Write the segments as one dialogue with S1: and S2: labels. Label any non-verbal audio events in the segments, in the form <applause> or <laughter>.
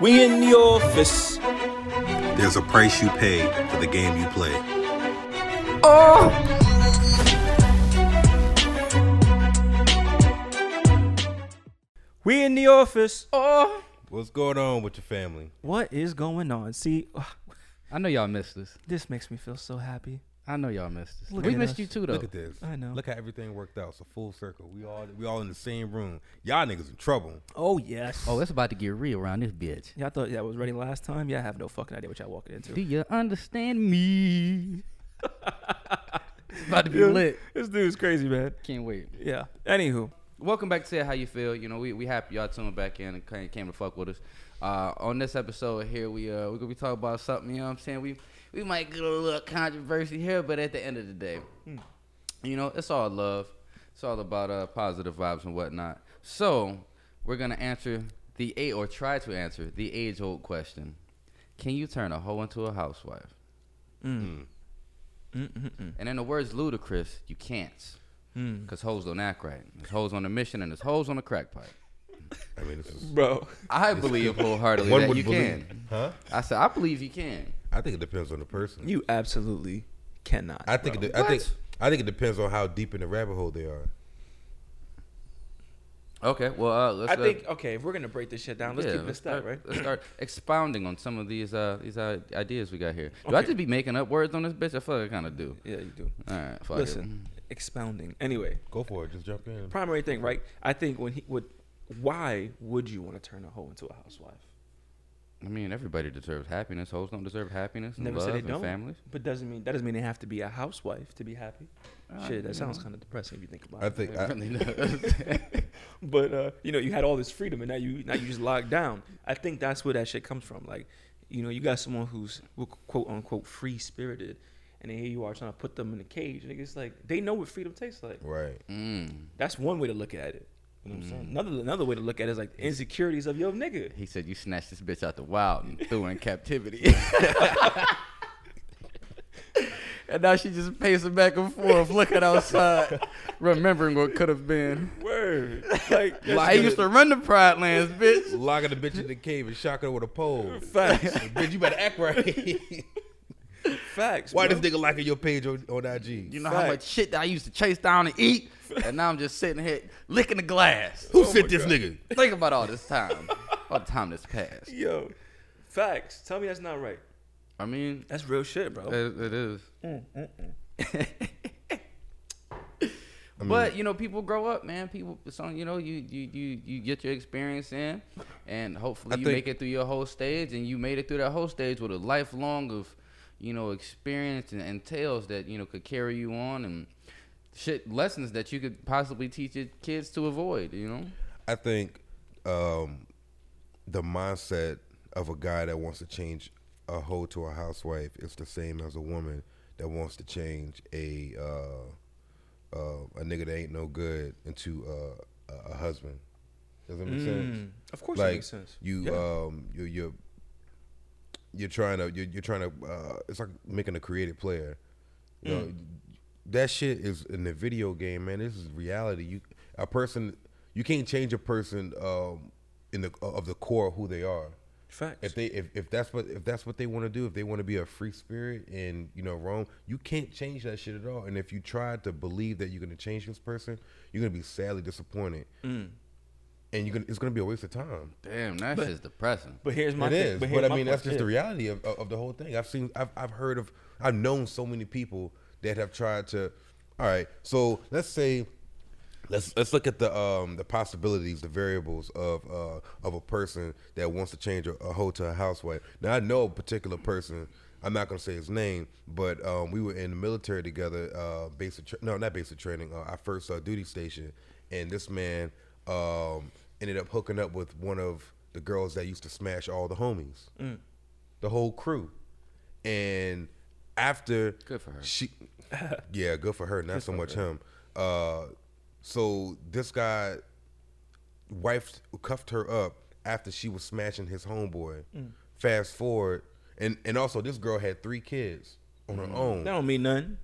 S1: We in the office.
S2: There's a price you pay for the game you play.
S1: We in the office.
S2: What's going on with your family?
S1: What is going on? See,
S3: I know y'all missed us.
S1: this makes me feel so happy.
S3: I know y'all missed us.
S1: Look
S3: we
S1: at
S3: missed
S1: us.
S3: you too, though.
S2: Look at this.
S1: I know.
S2: Look how everything worked out. It's a full circle. We all we all in the same room. Y'all niggas in trouble.
S1: Oh yes.
S3: Oh, it's about to get real around this bitch.
S1: Y'all thought that was ready last time? Yeah, I have no fucking idea what y'all walking
S3: Do
S1: into.
S3: you understand me? <laughs> it's about to be
S1: Yeah,
S3: lit.
S1: This dude's crazy, man.
S3: Can't wait.
S1: Yeah. Anywho,
S3: Welcome back to Say How You Feel. You know, we, we happy y'all tuned back in and came, came to fuck with us. Uh, on this episode here, we uh we're gonna be talking about something. You know what I'm saying? We we might get a little controversy here, but at the end of the day, you know, it's all love. It's all about uh positive vibes and whatnot. So we're gonna answer the a or try to answer the age old question: Can you turn a hoe into a housewife? And in the words ludicrous, you can't. Cause hoes don't act right. There's hoes on a mission and there's hoes on a crack pipe.
S2: I mean, it's,
S1: bro.
S3: I believe wholeheartedly
S2: One
S3: that
S2: would
S3: you
S2: believe.
S3: can.
S2: huh?
S3: I said I believe you can.
S2: I think it depends on the person.
S1: You absolutely cannot.
S2: I think it, de- I think I think it depends on how deep in the rabbit hole they are.
S3: Okay, well, uh, let's.
S1: I
S3: uh,
S1: think okay, if we're gonna break this shit down, let's
S3: yeah,
S1: keep this
S3: start,
S1: stuff right. <clears throat>
S3: Let's start expounding on some of these uh these uh, ideas we got here. Do I
S1: Okay.
S3: just be making up words on this bitch? I feel like I kind of do.
S1: Yeah, you do.
S3: All right, fuck it.
S1: Listen, expounding. Anyway,
S2: Go for it. Just jump in.
S1: primary thing, right? I think when he would, why would you want to turn a hoe into a housewife?
S3: Hmm. I mean, everybody deserves happiness. Hoes don't deserve happiness. And
S1: Never
S3: love
S1: said they
S3: and
S1: don't.
S3: Families.
S1: But doesn't mean that doesn't mean they have to be a housewife to be happy.
S3: Uh,
S1: Shit, that
S3: you
S1: sounds
S3: know.
S1: kind of depressing if you think about
S2: I
S1: it.
S2: think I,
S1: <laughs> But uh, you know, you had all this freedom, and now you now you just locked down. I think that's where that shit comes from. Like, you know, you got someone who's quote unquote free spirited, and then here you are trying to put them in a cage. And it's like they know what freedom tastes like.
S2: right.
S3: Mm.
S1: That's one way to look at it. You know what I'm saying? Another another way to look at it is like the insecurities of your nigga.
S3: He said you snatched this bitch out the wild and threw her in captivity. and now she just pacing back and forth, looking outside, remembering what could have been.
S1: Word, <laughs>
S2: <laughs>
S1: like
S3: Like, I used to run the Pride Lands, bitch.
S2: Locking the bitch in the cave and shocking her with a pole. <laughs>
S1: facts,
S2: bitch, you better act
S3: <laughs>
S2: right.
S1: facts.
S2: Why
S1: bro.
S2: this nigga liking your page on, on IG?
S3: You know how much shit that I used to chase down and eat, and now I'm just sitting here licking the glass.
S2: Who sent this nigga?
S3: Think about all this time, all the time that's passed.
S1: Yo, facts. Tell me that's not right.
S3: I mean,
S1: That's real shit, bro.
S3: It, it is. but you know, people grow up, man. People, so you know, you you you you get your experience in, and hopefully
S2: I
S3: you
S2: think-
S3: make it through your whole stage, and you made it through that whole stage with a lifelong of, you know, experience and, and tales that you know could carry you on and shit lessons that you could possibly teach your kids to avoid. You know,
S2: I think um, the mindset of a guy that wants to change a hoe to a housewife is the same as a woman that wants to change a uh, uh, a nigga that ain't no good into uh, a, a husband. Does that make sense?
S1: Mm. Of course, it
S2: Like
S1: makes sense.
S2: you, um, you, you're you're trying to you're, you're trying to uh, it's like making a creative player. You
S1: Mm.
S2: know, that shit is in the video game, man. This is reality. You a person you can't change a person um, in the of the core of who they are.
S1: Facts.
S2: If they if, if that's what if that's what they want to do, if they want to be a free spirit and you know roam, you can't change that shit at all. And if you try to believe that you're gonna change this person, you're gonna be sadly disappointed,
S1: Mm.
S2: and you're gonna it's gonna be a waste of time.
S3: damn, that shit's depressing.
S1: But here's my
S2: It
S1: thing.
S2: is, but,
S1: here's
S2: I
S1: my
S2: mean that's
S1: question.
S2: just the reality of, of, of the whole thing. I've seen, I've, I've heard of, I've known so many people that have tried to. All right, so let's say, let's let's look at the um the possibilities, the variables of uh of a person that wants to change a, a hoe to a housewife. Now I know a particular person. I'm not gonna say his name, but um, we were in the military together, uh, basic tra- no, not basic training. Uh, our first uh, duty station, and this man um, ended up hooking up with one of the girls that used to smash all the homies, the whole crew. And after
S3: Good for her.
S2: she, <laughs> yeah, good for her. Not so much him. Uh, so this guy wife cuffed her up after she was smashing his homeboy. Fast forward, and and also this girl had three kids on her own.
S1: That don't mean nothing.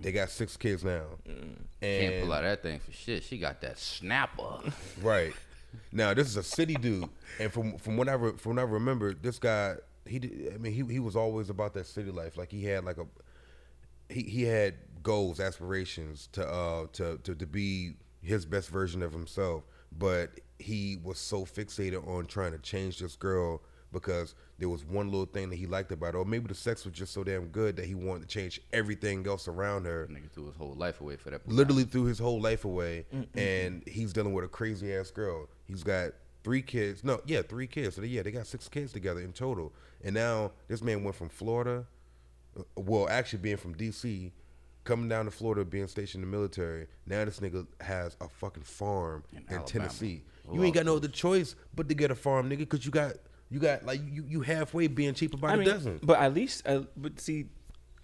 S2: They got six kids now. And
S3: Can't pull out that thing for shit. She got that snapper. <laughs>
S2: Right. Now this is a city dude, and from from what I re- from what I remember, this guy he did, I mean he he was always about that city life. Like he had like a he he had goals, aspirations to uh to to, to be his best version of himself, but he was so fixated on trying to change this girl because there was one little thing that he liked about her, or maybe the sex was just so damn good that he wanted to change everything else around her
S3: Nigga threw his whole life away for that.
S2: literally threw his whole life away and he's dealing with a crazy ass girl he's got three kids no yeah three kids so they, yeah they got six kids together in total and now this man went from florida uh, well actually being from dc coming down to florida being stationed in the military now this nigga has a fucking farm in,
S3: Alabama.
S2: tennessee you
S3: Love
S2: ain't got no other choice but to get a farm nigga because you got you got like you you halfway being cheaper by
S1: I
S2: the
S1: mean,
S2: dozen
S1: but at least, uh, but see,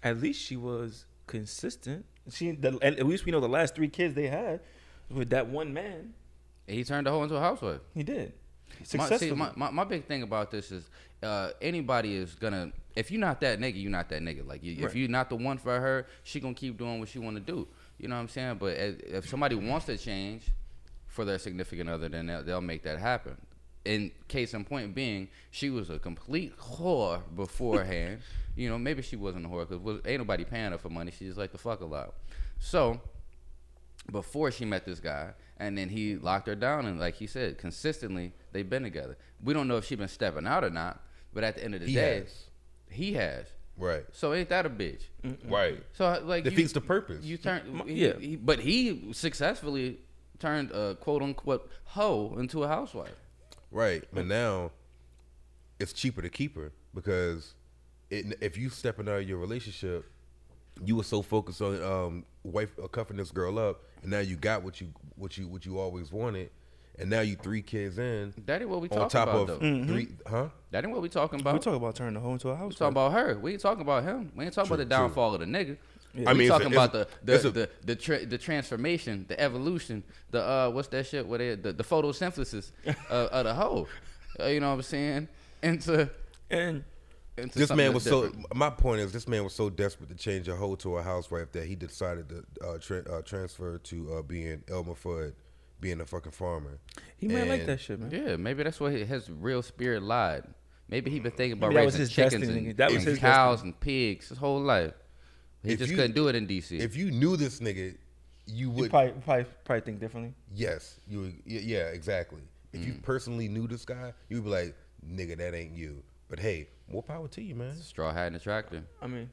S1: at least she was consistent. She, the, at at least we know the last three kids they had with that one man.
S3: And he turned the whole into a housewife.
S1: He did
S3: My, see,
S1: successfully.
S3: my, my, my big thing about this is uh, anybody is gonna if you're not that nigga, you're not that nigga. Like you, if
S1: Right.
S3: you're not the one for her, she gonna keep doing what she want to do. You know what I'm saying? But if, if somebody wants to change for their significant other, then they'll, they'll make that happen. In case in point being, she was a complete whore
S1: <laughs>
S3: beforehand. you know, maybe she wasn't a whore because ain't nobody paying her for money. She just like to fuck a lot. So before she met this guy, and then he locked her down, and like he said, consistently they've been together. We don't know if she's been stepping out or not, but at the end of the
S2: He
S3: day,
S2: has. Mm.
S3: he has.
S2: right
S3: So ain't that a bitch?
S2: right
S3: So like
S2: Defeats the purpose.
S3: You turn,
S1: Mm,
S3: yeah.
S1: yeah.
S3: but he successfully turned a quote unquote hoe into a housewife.
S2: Right, but now it's cheaper to keep her because it, if you stepping out of your relationship, you were so focused on um, wife uh, cuffing this girl up, and now you got what you what you what you always wanted, and now you three kids in
S3: That ain't what we
S2: on
S3: talking
S2: top
S3: about
S2: of
S3: though.
S2: three,
S1: Mm-hmm.
S2: huh?
S3: That ain't what we talking about.
S1: we
S3: We talking,
S1: talk about turning the home into a house. right?
S3: about her. We ain't talking about him. We ain't talking about the
S2: true.
S3: downfall of the nigga.
S2: I
S3: we
S2: mean, it's a-
S3: talking
S2: it's
S3: about
S2: a-
S3: the
S2: it's
S3: the
S2: a-
S3: the the, tra- the transformation, the evolution, the uh, what's that shit? What it, the,
S2: <laughs>
S3: the photosynthesis of, of the hoe. Uh, you know what I'm saying? Into
S1: and
S3: into
S2: This
S3: something
S2: man
S3: that's
S2: was so.
S3: different.
S2: My point is, this man was so desperate to change a hoe to a housewife that he decided to uh, tra- uh, transfer to uh, being Elmer Fudd, being a fucking farmer.
S1: he might like
S2: And-
S1: that shit, man.
S3: Yeah, maybe that's where his real spirit lied. Maybe he been thinking about
S1: Maybe that was
S3: raising
S1: his
S3: chickens
S1: destiny.
S3: and,
S1: That was
S3: and
S1: his
S3: cows and pigs his whole life. He
S2: If
S3: just
S2: you-
S3: couldn't do it in D.C.
S2: If you knew this nigga, you
S1: You
S2: would
S1: probably, probably probably think differently.
S2: Yes, you. would- y- Yeah, exactly. If
S1: Mm.
S2: you personally knew this guy, you'd be like, "Nigga, that ain't you." But hey, more power to you, man.
S3: Straw hat and a tractor.
S1: I mean,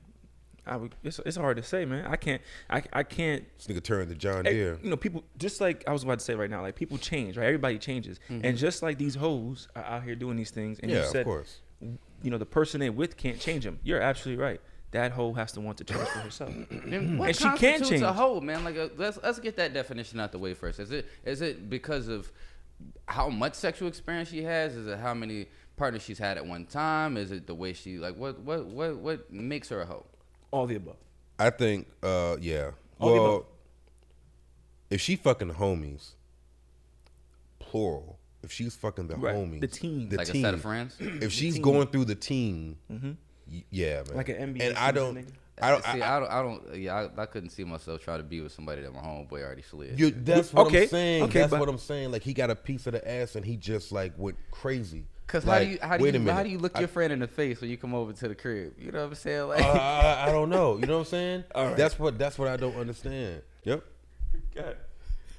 S1: I would. It's, it's hard to say, man. I can't. I I can't.
S2: This nigga turned to John
S1: Hey,
S2: Deere.
S1: Eh, You know, people just like I was about to say right now, like people change, right? Everybody changes, and just like these hoes are out here doing these things, and
S2: Mm-hmm. Yeah,
S1: you
S2: of
S1: said,
S2: course.
S1: you know, the person they with can't change them. You're absolutely right. That hoe has to want to change for
S2: <coughs>
S1: herself.
S2: Mm-hmm.
S3: Then what
S1: And she can
S3: constitutes
S1: change.
S3: a hoe, man? Like, uh, let's let's get that definition out the way first. Is it is it because of how much sexual experience she has? Is it how many partners she's had at one time? Is it the way she like what what what what makes her a hoe?
S1: All the above.
S2: I think. Uh, yeah.
S1: All the
S2: Well,
S1: above.
S2: if she fucking homies, plural. If she's fucking the
S1: Right,
S2: homies,
S1: the team.
S2: the
S3: Like
S2: team.
S3: a set of friends.
S2: If she's going through the team, y- yeah, man.
S1: Mm-hmm. Like an NBA
S2: And I
S1: season,
S2: don't.
S1: nigga.
S2: I don't.
S3: see,
S2: I,
S3: I, don't, I don't. Yeah, I, I couldn't see myself trying to be with somebody that my homeboy already slid.
S2: You, that's what
S1: okay,
S2: I'm saying.
S1: okay,
S2: that's
S1: but-
S2: what I'm saying. Like he got a piece of the ass and he just like went crazy.
S3: Cause
S2: like,
S3: how do you how do
S2: wait a
S3: you how
S2: minute.
S3: do you look
S2: I,
S3: your friend in the face when you come over to the crib? You know what I'm saying? Like,
S2: I, Uh, I, I don't know. You know what I'm <laughs> saying?
S1: All right.
S2: That's what that's what I don't understand. Yep.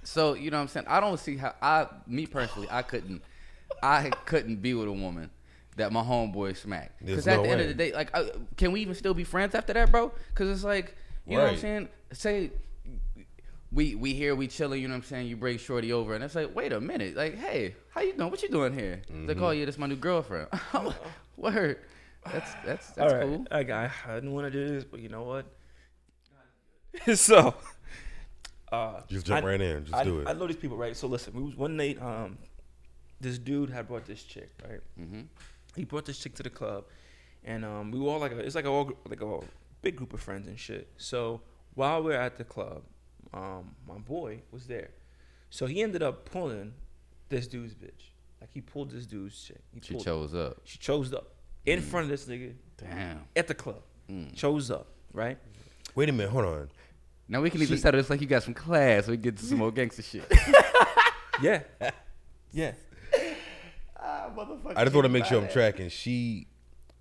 S3: So you know what I'm saying? I don't see how I me personally I couldn't I couldn't be with a woman that my homeboy smacked.
S2: There's
S3: Because at
S2: no
S3: the end of
S2: way.
S3: the day, like, I, can we even still be friends after that, bro? Because it's like you know what I'm
S2: Right.
S3: saying. Say we we here we chilling. You know what I'm saying? You bring shorty over and it's like wait a minute, like hey how you doing? What you doing here? They call you this my new girlfriend. <laughs> Word. That's that's that's
S1: All right.
S3: cool.
S1: I, got- I didn't want to do this, but you know what? <laughs> so, uh,
S2: Just jump
S1: I-
S2: right in. Just
S1: I,
S2: do it.
S1: I know these people, right? So listen, we was one night. Um, this dude had brought this chick, right? Mm-hmm. He brought this chick to the club, and um, we were all like, a, it's like a all gr- like a big group of friends and shit. So while we are at the club, um, my boy was there, so he ended up pulling this dude's bitch. Like he pulled this dude's chick. He
S3: She
S1: pulled-
S3: chose up.
S1: She chose up in front of this nigga
S3: Damn.
S1: at the club.
S2: Mm.
S1: Chose up, right?
S2: Wait a minute. Hold on.
S3: Now we can even
S1: She-
S2: <laughs>
S3: <laughs> settle this like you got some class. We get to some more gangster shit.
S1: Yeah. Yeah.
S3: Ah, motherfucker.
S2: I just want to
S3: you
S2: make sure
S3: got
S2: I'm
S3: it.
S2: tracking. She,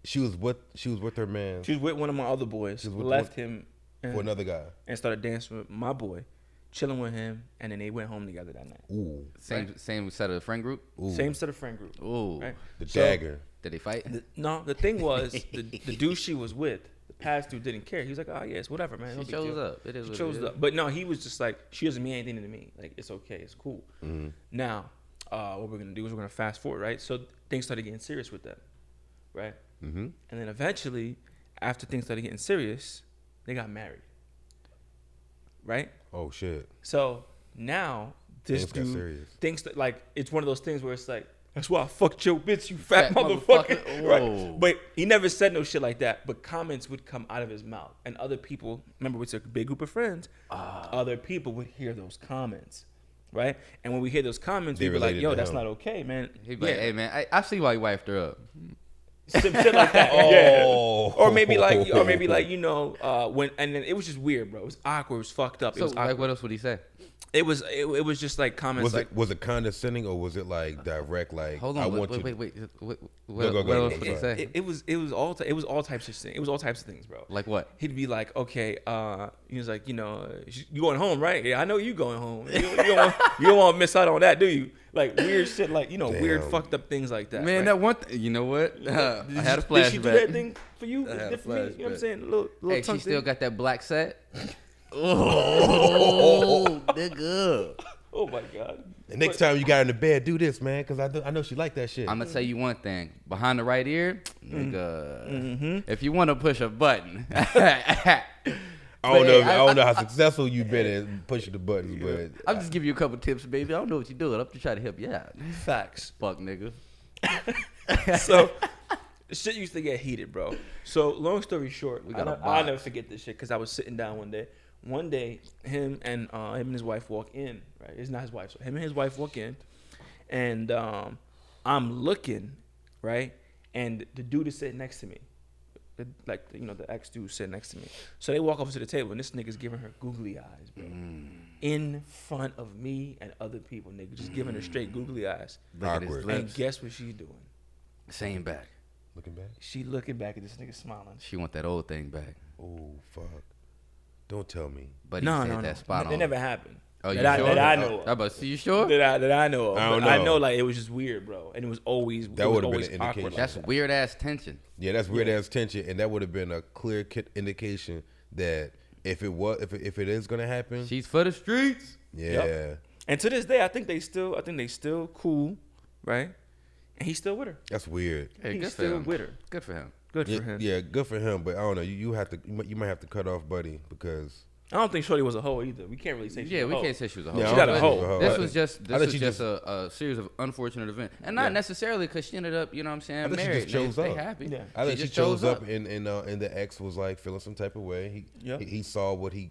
S2: she was with she was with her man
S1: She was with one of my other boys.
S2: She was with
S1: Left him
S2: for
S1: and,
S2: another guy.
S1: and started dancing with my boy, chilling with him, and then they went home together that night.
S2: Ooh,
S3: Same same set of friend group.
S2: ooh,
S1: Same set of friend group.
S3: Ooh.
S1: Right?
S2: the
S1: So-
S2: dagger.
S3: Did they fight?
S1: The- no, the thing was
S2: <laughs>
S1: the, the dude she was with, the past dude didn't care. He was like, oh yes, whatever, man. no
S3: She
S1: big
S3: chose
S1: deal."
S3: up. It is
S1: She
S3: what it
S1: chose
S3: is.
S1: up. But no, he was just like, she doesn't mean anything to me. Like it's okay, it's cool.
S2: Mm-hmm.
S1: Now, uh, what we're gonna do is we're gonna fast forward, right? So things started getting serious with them, right?
S2: Mm-hmm.
S1: And then eventually, after things started getting serious, they got married, right?
S2: Oh shit.
S1: So now this
S2: Things got
S1: dude
S2: serious.
S1: thinks that like it's one of those things where it's like that's why I fucked your bitch, you fat,
S3: Fat
S1: motherfucker.
S3: motherfucker. Whoa.
S1: <laughs> Right? But he never said no shit like that. But comments would come out of his mouth, and other people remember it's a big group of friends.
S3: Ah.
S1: Other people would hear those comments, right? And when we hear those comments,
S2: They
S1: we were like,
S2: related
S1: "Yo,
S2: to
S1: that's
S2: him.
S1: not okay, man."
S3: He'd be like, hey man, I, I see why you wiped her up.
S1: <laughs> Some shit like
S3: <laughs>
S1: that.
S2: Oh.
S1: Yeah. Or maybe like, or maybe
S2: <laughs>
S1: like, you know, uh, when and then it was just weird, bro. It was awkward. It was fucked up. It
S3: So
S1: was awkward.
S3: like, what else would he say?
S1: it was it, it was just like comments
S2: Was
S1: like.
S2: it was it condescending or was it like direct? Like
S3: Hold
S2: I
S3: on,
S2: want
S3: wait, wait,
S2: you. <laughs>
S3: wait, wait, wait, wait,
S2: Go,
S3: What,
S2: go, go,
S3: what
S2: go,
S3: else
S2: go,
S3: would he
S2: go.
S3: say?
S1: it, it was it was all it was all types of things. It was all types of things, bro. <laughs>
S3: like what?
S1: He'd be like, okay, uh, he was like, you know, uh, you going home, right? Yeah, I know you going home. You, you don't
S3: <laughs>
S1: want, you don't want to miss out on that, do you? Like weird shit, like you know, weird
S2: Damn.
S1: fucked up things like that.
S3: Man,
S1: right?
S3: that one. Th- you know what?
S1: Did
S3: <laughs> I had a
S1: she- Did
S3: flashback.
S1: she do that thing for you?
S3: I had a
S1: Different for me? You know what I'm
S3: flashback.
S1: saying? A little, little
S3: Hey,
S1: tongue
S3: she still
S1: thing.
S3: got that black set. oh, nigga.
S1: Oh my god.
S2: The next
S1: But-
S2: time you got in the bed, do this, man, because I, do- I know she like that shit.
S3: I'm gonna tell you one thing. Behind the right ear, nigga. If you want to push a button, <laughs>
S2: I don't
S3: But,
S2: know.
S3: hey,
S2: I, don't know how successful you've been in pushing the buttons, but
S3: I'm just giving you a couple tips, baby. I don't know what you're doing. I'm just trying to help you out.
S1: Facts.
S3: Fuck, nigga.
S1: <laughs> so shit used to get heated, bro. So long story short,
S3: We got
S1: I
S3: a
S1: don't- I'll
S3: box.
S1: never forget this shit because I was sitting down one day. One day, him and uh, him and his wife walk in. Right, it's not his wife. So him and his wife walk in, and um, I'm looking, right, and the dude is sitting next to me. The- Like you know, the ex dude sitting next to me. So they walk over to the table, and this nigga's giving her googly eyes, bro, in front of me and other people. Nigga, just giving her straight googly eyes.
S3: Look at his
S2: Awkward.
S3: lips.
S1: And guess what she's doing?
S3: Same back.
S2: looking back,
S1: She looking back at this nigga smiling.
S3: She want that old thing back.
S2: oh fuck, don't tell me.
S3: But he said that spot
S1: It
S3: on.
S1: never happened.
S3: oh, you
S1: that, I,
S3: sure?
S1: that I know
S3: Oh,
S1: of.
S3: about so you sure?
S1: That I, that I know of.
S2: I
S1: I,
S2: don't
S1: I
S2: know.
S1: know, like, it was just weird, bro. And it was always,
S2: That
S1: it was
S2: would've been
S1: always
S2: an
S1: awkward.
S2: indication.
S1: like
S3: That's
S1: that.
S3: weird ass tension.
S2: Yeah, that's weird ass tension, and that would have been a clear ki- indication that if it was, if it, if it is gonna happen,
S3: She's for the streets.
S2: yeah,
S1: And to this day, I think they still, I think they still cool, right? And he's still with her.
S2: that's weird.
S3: Hey,
S1: He's
S3: good for
S1: still
S3: him.
S1: with her.
S3: Good for him.
S1: Good for
S2: Yeah,
S1: him.
S2: yeah, good for him, but I don't know. You, you have to, you might, you might have to cut off, buddy, because
S1: I don't think Shorty was a hoe either. We can't really say. she's
S3: Yeah,
S1: a
S3: we
S1: hoe.
S3: can't say she was a hoe.
S2: Yeah,
S1: I She got a
S3: But
S1: hoe.
S3: This
S2: But-
S3: was just
S2: I
S3: this
S2: thought
S3: was
S2: she
S3: just
S2: just-
S3: a, a series of unfortunate events, and not
S1: Yeah.
S3: necessarily because she ended up, you know, what I'm saying,
S2: I think she
S3: married.
S2: just
S3: They-
S2: chose
S3: they,
S2: up.
S3: happy.
S1: Yeah.
S2: I think she, chose up, and and uh, and the ex was like feeling some type of way. He
S1: Yeah.
S2: he, he saw what he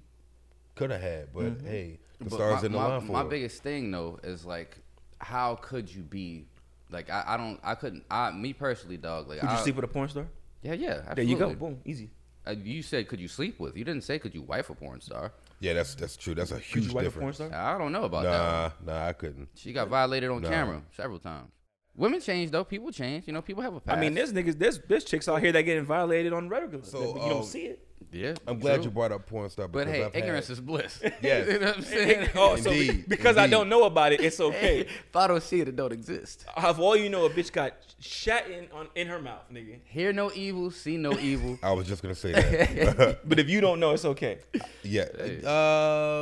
S2: could have had, but hey, the
S3: Mm-hmm. But
S2: stars
S3: my,
S2: in the
S3: my-
S2: line for
S3: my
S2: him.
S3: biggest thing though is like, how could you be? Like I, I don't I couldn't I me personally dog like
S1: Would you
S3: I,
S1: sleep with a porn star?
S3: yeah yeah absolutely.
S1: There you go. Boom. Easy.
S3: Uh, you said could you sleep with you didn't say could you wife a porn star
S2: Yeah, that's that's true. That's a
S1: Could
S2: huge
S1: you wife a porn
S2: difference.
S1: star?
S3: I don't know about that one.
S2: Nah, nah, I couldn't.
S3: she got violated on
S2: Nah.
S3: camera several times women change though people change you know people have a past
S1: I mean, there's niggas, there's, there's chicks out here that getting violated on regular.
S2: So,
S1: but you don't
S2: um,
S1: see
S3: <laughs>
S1: it.
S3: yeah
S2: I'm glad
S3: true.
S2: you brought up porn star,
S3: but
S2: because
S3: hey
S2: I've
S3: ignorance
S2: had,
S1: <laughs>
S3: is bliss <laughs>
S2: Yes.
S3: you know what I'm saying <laughs>
S1: Oh, so be-
S2: Indeed,
S1: because I
S2: indeed.
S1: don't know about it, it's okay.
S3: if I don't see it, it don't exist.
S1: Of all you know, a bitch got shat in on in her mouth, nigga.
S3: Hear no evil,
S1: <laughs>
S3: see no evil.
S2: I was just gonna say <laughs>
S3: <laughs>
S2: that.
S1: But if you don't know, it's okay.
S2: yeah.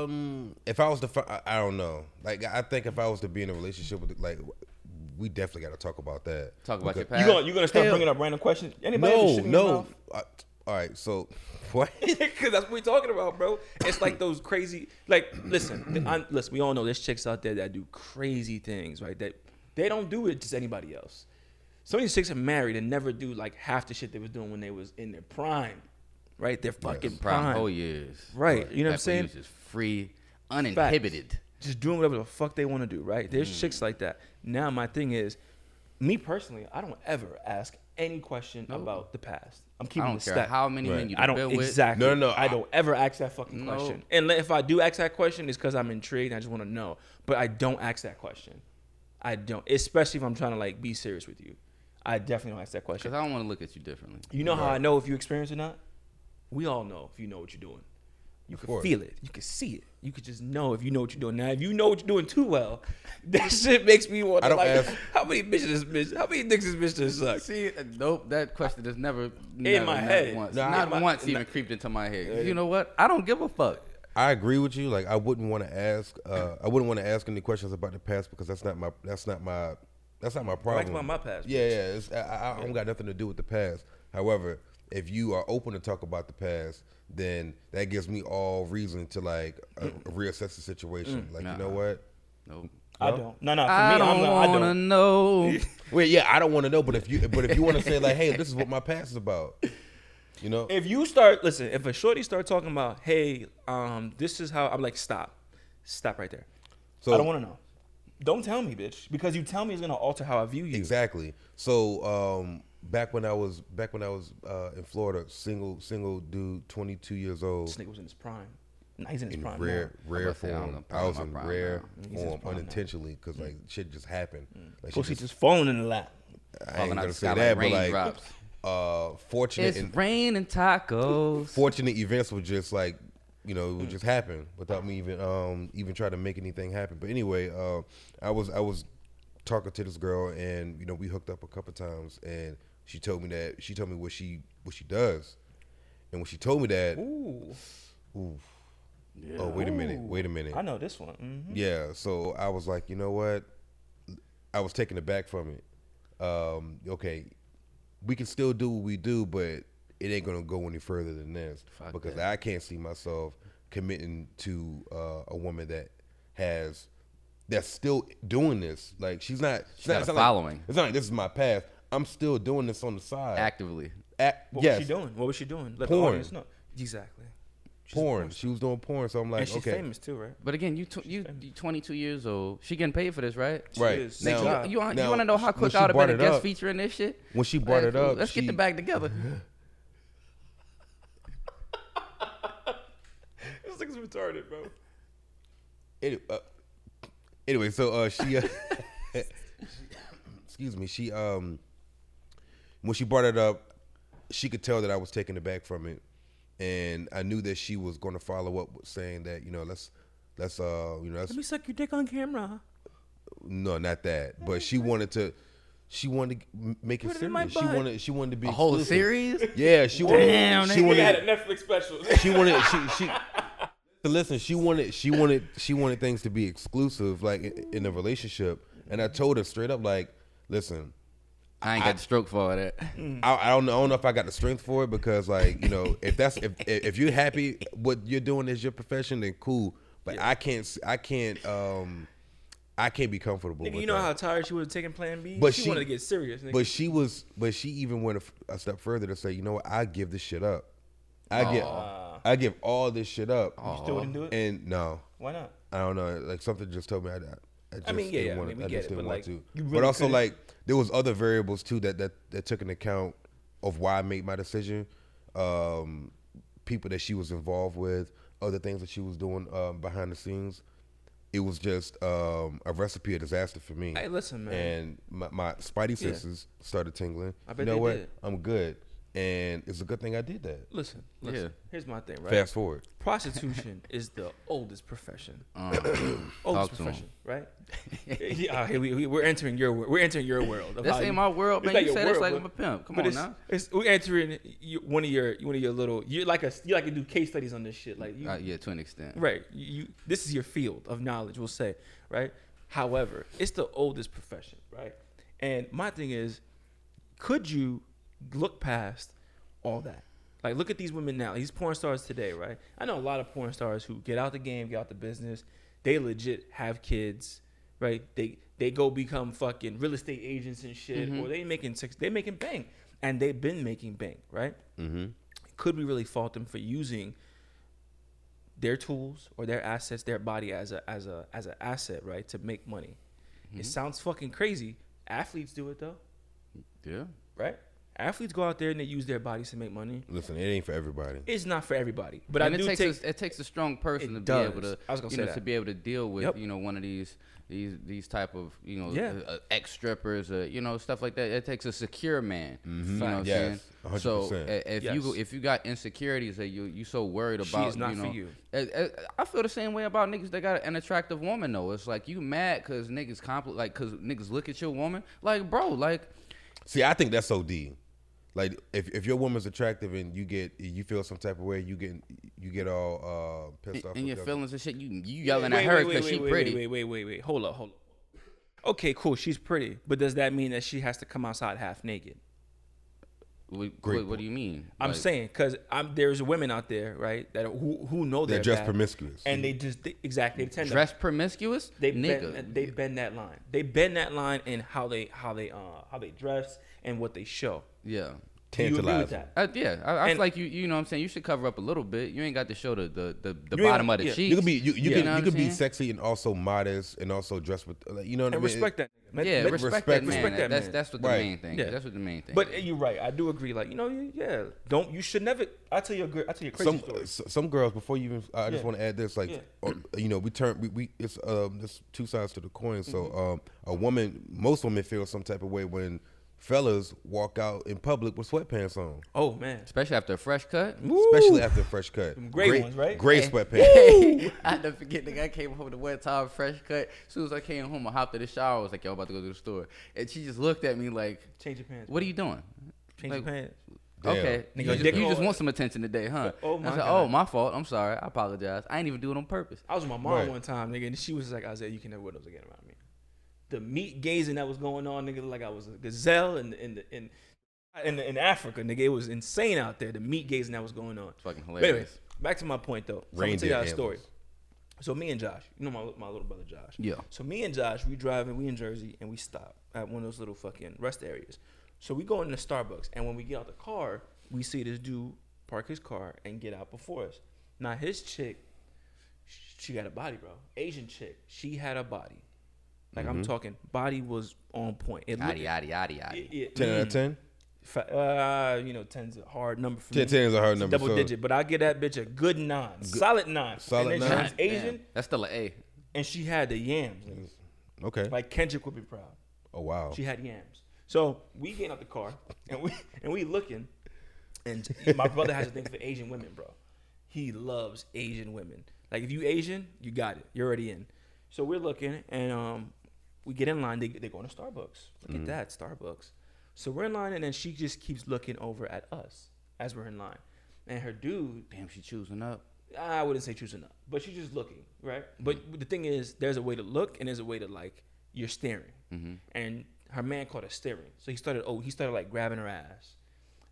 S2: Um, if I was to, fi- I- I don't know. Like, I think if I was to be in a relationship with, like, we definitely got to talk about that.
S3: Talk about your
S2: Because-
S3: past.
S1: You gonna you gonna start
S2: Hell.
S1: bringing up random questions? Anybody ever shit in their
S2: No,
S1: mouth? <laughs>
S2: no. I- all right, so <laughs> what?
S1: Because that's what we're talking about, bro. It's like those crazy. Like, listen, i listen. We all know there's chicks out there that do crazy things, right? That they don't do it just anybody else. Some of these chicks are married and never do like half the shit they was doing when they was in their prime, right? They're fucking prime.
S2: Oh,
S3: prime whole years.
S1: Right, you know what I'm
S3: Back when you
S1: saying?
S3: was Just free, uninhibited.
S1: just doing whatever the fuck they want to do, right? There's
S3: Mm.
S1: chicks like that. Now my thing is, me personally, I don't ever ask any question about the past. I'm
S3: I
S1: keeping
S3: don't
S1: it
S3: care
S1: stacked.
S3: how many
S2: Right.
S3: men you
S1: I
S3: been
S1: don't
S3: with.
S1: exactly.
S2: No, no, no,
S1: I,
S2: I-
S1: don't ever ask that fucking
S3: No.
S1: question. And if I do ask that question, it's because I'm intrigued. And I just want to know. But I don't ask that question. I don't, especially if I'm trying to like be serious with you. I definitely don't ask that
S3: Because
S1: question.
S3: I don't want to look at you differently.
S1: You know how I know if you experience it or not? We all know if you know what you're doing. You
S2: Of
S1: can
S2: course.
S1: feel it. You can see it. You can just know if you know what you're doing. Now, if you know what you're doing too well, <laughs> that shit makes me want
S2: I
S1: to
S2: don't
S1: like,
S2: ask-
S1: how many bitches this bitch, how many dicks this bitch just sucks?
S3: See, uh, nope, that question has never never,
S1: my
S3: not
S1: head.
S3: Once,
S2: Nah,
S3: not
S1: in my-
S3: once even creeped into my head. You know what? I don't give a fuck.
S2: I agree with you. Like I wouldn't want to ask. Uh, I wouldn't want to ask any questions about the past because that's not my. That's not my. That's not my problem.
S1: about my past,
S2: Yeah, yeah. It's, I, I, I don't got nothing to do with the past. However, if you are open to talk about the past, then that gives me all reason to like uh, reassess the situation. like you know what?
S3: Nope.
S1: I don't. No, no. Uh, For
S3: I
S1: me, I'm
S3: don't
S1: not, I
S3: want to
S1: don't. <laughs>
S3: know.
S2: Wait, yeah, I don't want to know. But if you, but if you want to say like, hey, this is what my past is about, you know.
S1: If you start, listen, if a shorty start talking about, hey, um, this is how, I'm like, stop. Stop right there.
S2: So
S1: I don't want to know. Don't tell me, bitch, because you tell me it's going to alter how I view you.
S2: Exactly. So um, back when I was back when I was uh, in Florida, single single dude, twenty two years old,
S1: This nigga was in his prime. Now he's in his
S2: in
S1: prime.
S2: rare
S1: now.
S2: rare
S3: about to say, I don't
S2: form.
S3: know,
S2: I was
S3: probably
S2: in
S3: my prime
S2: rare
S3: now.
S1: He's in his
S2: form
S1: prime now.
S2: unintentionally because like shit just happened. Like, she
S1: Pussy
S2: just-
S1: just falling in the lap.
S2: I ain't
S3: Falling out
S2: gonna
S3: the
S2: say
S3: sky
S2: that,
S3: like
S2: but like,
S3: raindrops.
S2: uh, fortunate
S3: It's
S2: and
S3: raining tacos.
S2: fortunate events would just like you know it would just happen without me even um even trying to make anything happen but anyway uh i was i was talking to this girl and you know we hooked up a couple times and she told me that she told me what she what she does and when she told me that
S1: Ooh.
S2: ooh, oh wait a minute wait a minute
S1: I know this one.
S3: Mm-hmm.
S1: hmm
S2: yeah so i was like you know what i was taken aback from it um okay we can still do what we do but it ain't gonna go any further than this
S3: Fuck
S2: because i can't see myself committing to uh, a woman that has that's still doing this like she's not she's
S3: got
S2: not
S3: a
S2: it's not
S3: following.
S2: like, it's not like this is my path i'm still doing this on the side
S3: Actively.
S2: Act-
S1: What
S2: yes
S1: was she doing? What was she doing? Let the
S2: Porn.
S1: audience know. Exactly. She's a
S2: porn
S1: star.
S2: she was doing porn so i'm like
S1: and she's
S2: okay
S1: famous too, right?
S3: But again, you tw- you you 22 years old. She getting paid for this, right?
S1: She
S2: right
S1: is.
S3: Nigga,
S1: Now-
S3: you, you, want- you
S2: now,
S3: want to know how
S2: when
S3: quick
S2: she
S3: I would have
S2: brought
S3: been a
S2: it
S3: guest
S2: up-
S3: feature in this shit?
S2: when she brought it up
S3: Let's
S2: she-
S3: get the bag
S1: <laughs>
S3: together.
S1: This nigga's retarded, bro.
S2: Any- uh, anyway, so uh, she, uh, <laughs> excuse me, she um, when she brought it up, she could tell that I was taken aback from it, and I knew that she was going to follow up with saying that you know let's let's uh you know let's
S1: Let me suck your dick on camera.
S2: no not that, but she wanted to. She wanted to m- make it
S1: Put it in my
S2: serious. She
S1: butt.
S2: wanted. She wanted to be
S3: A whole
S2: exclusive.
S3: series?
S2: Yeah, she wanted.
S3: Damn,
S2: she
S3: nigga.
S2: wanted.
S1: Netflix <laughs> special.
S2: she wanted she she so listen she wanted she wanted she wanted things to be exclusive like in, in a relationship and i told her straight up like listen
S3: I ain't got the stroke for all that.
S1: Mm.
S2: I, I don't know, I don't know if I got the strength for it because like you know if that's if if you're happy what you're doing is your profession then cool but I can't s- I can't um I can't be comfortable
S1: nigga,
S2: with
S1: you know
S2: that.
S1: how tired she would have taken Plan B.
S2: But
S1: she,
S2: she-
S1: wanted to get serious. Nigga.
S2: But she was, but she even went a, f- a step further to say, you know what? I give this shit up. I give, I give all this shit up.
S1: you still wouldn't do it.
S2: And no,
S1: Why not?
S2: I don't know. Like something just told me I. I I just
S1: mean, yeah,
S2: didn't
S1: yeah, I
S2: want
S1: mean, we
S2: I
S1: get
S2: just
S1: it,
S2: didn't
S1: but,
S2: want
S1: like,
S2: to.
S1: you
S2: but
S1: really
S2: also,
S1: couldn't-
S2: like, there was other variables too that that that took into account of why I made my decision. Um, people that she was involved with, other things that she was doing um, behind the scenes. It was just um, a recipe of disaster for me.
S1: Hey, listen, man.
S2: And my, my spidey
S1: Yeah.
S2: senses started tingling.
S1: I bet
S2: you know
S1: they
S2: what?
S1: did.
S2: I'm good, and it's a good thing I did that.
S1: Listen, listen.
S3: Yeah.
S1: Here's my thing, right?
S2: Fast forward.
S1: Prostitution is the oldest profession. <laughs>
S3: Um,
S1: Oldest
S3: Talk to
S1: profession, right? yeah, here we, we, we're entering your wor- we're entering your world. of
S3: this
S1: how
S3: ain't
S1: you-
S3: my world,
S1: It's
S3: man.
S1: not
S3: you
S1: your
S3: said it's
S1: world,
S3: like I'm a
S1: but-
S3: pimp. Come
S1: but
S3: on
S1: it's,
S3: now.
S1: it's- we're entering you, one of your one of your little. You like a you like to do case studies on this shit. Like you,
S3: Uh, yeah, to an extent.
S1: right? You, you this is your field of knowledge. We'll say right. However, it's the oldest profession, right? And my thing is, could you look past all that? Like, look at these women now. These porn stars today, right? I know a lot of porn stars who get out the game, get out the business. They legit have kids, right? They they go become fucking real estate agents and shit, or they making six, they making bank, and they've been making bank, right? Mm-hmm. Could we really fault them for using their tools or their assets, their body as a as a as an asset, right, to make
S3: Mm-hmm.
S1: money? It sounds fucking crazy. Athletes do it though
S3: Yeah.
S1: right? Athletes go out there and they use their bodies to make money.
S2: Listen, it ain't for everybody.
S1: It's not for everybody, but
S3: and
S1: I
S3: it
S1: do
S3: takes
S1: take.
S3: a, it takes a strong person
S1: It
S3: to be able
S1: does.
S3: to
S1: I was gonna
S3: you
S1: say
S3: know
S1: that.
S3: to be able to deal with
S1: Yep.
S3: you know one of these these these type of you know
S1: Yeah.
S3: uh, uh, ex strippers uh, you know stuff like that. It takes a secure man. You know what I'm
S2: Yes,
S3: saying? So
S2: 100%.
S3: uh, if you go-
S1: Mm-hmm. Yes.
S3: if you got insecurities that you you so worried
S1: She
S3: about,
S1: is not
S3: you
S1: for
S3: know,
S1: you.
S3: uh, uh, I feel the same way about niggas that got an attractive woman though. It's like you mad because niggas compli like because niggas look at your woman like bro like.
S2: See, I think that's OD. Like, if, if your woman's attractive and you get you feel some type of way, you get you get all uh, pissed off.
S3: And your
S2: because-
S3: feelings and shit, you you yelling
S1: Wait,
S3: at her
S1: wait,
S3: because
S1: wait,
S3: she
S1: wait,
S3: pretty.
S1: Wait, wait, wait, wait, wait. Hold up, hold up. Okay, cool. She's pretty, but does that mean that she has to come outside half naked?
S3: What,
S2: Great
S3: what, what do you mean?
S1: I'm
S3: Like-
S1: saying because I'm there's women out there, right? That who who know
S2: They're
S1: they're
S2: just
S1: bad,
S2: promiscuous.
S1: and they just they, exactly they tend to
S3: dress promiscuous,
S1: they
S3: nigga.
S1: bend, they bend that line. They bend that line in how they how they uh how they dress and what they show.
S3: yeah.
S1: Do you agree with
S2: Tantalizing.
S1: that?
S3: Uh, yeah, I, I feel
S1: And-
S3: like you. You know what I'm saying. You should cover up a little bit. You ain't got to show the the, the, the
S1: You ain't-
S3: bottom of the
S1: yeah.
S3: cheek.
S1: You
S2: You could be you, you
S3: Yeah.
S2: could,
S3: Know
S2: you
S3: what
S2: could
S3: I'm
S2: be
S3: saying?
S2: sexy and also modest and also dressed with like, you know what I
S1: And
S2: mean.
S1: respect that. Let-
S3: Yeah,
S1: let-
S2: but
S3: respect,
S2: respect-
S3: that man.
S1: respect that
S3: that's
S1: man.
S3: that's what the
S2: Right.
S3: main thing.
S1: Yeah.
S3: That's what the main thing.
S1: But uh,
S3: is.
S1: you're right. I do agree. Like you know, you- yeah. Don't you should never. I tell you a gr- I tell you a crazy
S2: some
S1: story.
S2: s-
S3: uh,
S2: some girls before you even I just
S1: Yeah.
S2: want to add this like
S1: Yeah.
S2: uh, you know we turn we, we it's um there's two sides to the coin so
S1: Mm-hmm.
S2: um a woman most women feel some type of way when fellas walk out in public with sweatpants on
S1: Oh man.
S3: especially after a fresh cut.
S2: especially after a fresh cut
S1: gray ones, right?
S2: gray
S3: Hey. <laughs>
S2: sweatpants
S3: I never forget, nigga. I came home to one time, fresh cut. As soon as I came home, I hopped in the shower. I was like, "Yo, I'm about to go to the store," and she just looked at me like,
S1: Change your pants.
S3: "What are you doing?"
S1: Change
S3: like,
S1: your pants.
S2: Damn.
S3: Okay,
S1: Nigga,
S3: you,
S1: dick
S3: just, you just
S1: hole.
S3: want some attention today, huh?
S1: Oh,
S3: And
S1: my
S3: I said,
S1: God.
S3: "Oh, my fault. I'm sorry. I apologize. I ain't even do it on purpose."
S1: I was with my mom
S2: Right.
S1: one time, nigga, and she was like, Isaiah, you can never wear those again around me. The meat gazing that was going on, nigga, like I was a gazelle in in the, in in, in Africa, nigga. It was insane out there. The meat gazing that was going on.
S3: Fucking
S1: But anyway,
S3: hilarious.
S1: back to my point though. So I'm gonna
S2: Reindeer
S1: tell y'all a story.
S2: antlers.
S1: So me and Josh, you know my my little brother Josh.
S3: Yeah.
S1: So me and Josh, we driving, we in Jersey, and we stop at one of those little fucking rest areas. So we go into Starbucks, and when we get out the car, we see this dude park his car and get out before us. Now his chick, sh- she got a body, bro. Asian chick, she had a body. Like I'm
S2: Mm-hmm.
S1: talking, body was on point. It looked,
S3: Yadi yadi yadi yadi.
S1: it- it-
S2: ten out of
S1: Mm.
S2: ten
S1: fa- uh, you know, ten's a hard number for
S2: ten
S1: me.
S2: ten is a hard
S1: It's a
S2: number
S1: double
S2: so
S1: digit, but I get that bitch a good nine, solid nine.
S2: Solid
S1: and then
S2: nine?
S1: She was Asian,
S3: Damn, That's still an A.
S1: and she had the yams. nigga.
S2: okay
S1: Like Kendrick would be proud.
S2: oh wow
S1: She had yams. So we getting out the car and we <laughs> and we looking, and my brother has a thing for Asian women, bro. He loves Asian women. Like if you Asian, you got it. You're already in. So we're looking and um, we get in line. They they going to Starbucks. Look
S2: Mm-hmm.
S1: at that Starbucks. So we're in line and then she just keeps looking over at us as we're in line, and her dude
S3: Damn, she choosing up.
S1: I wouldn't say choosing up, but she's just looking, right?
S3: Mm-hmm.
S1: But the thing is, there's a way to look and there's a way to like you're staring.
S3: Mm-hmm.
S1: And her man caught her staring, so he started. Oh, he started like grabbing her ass,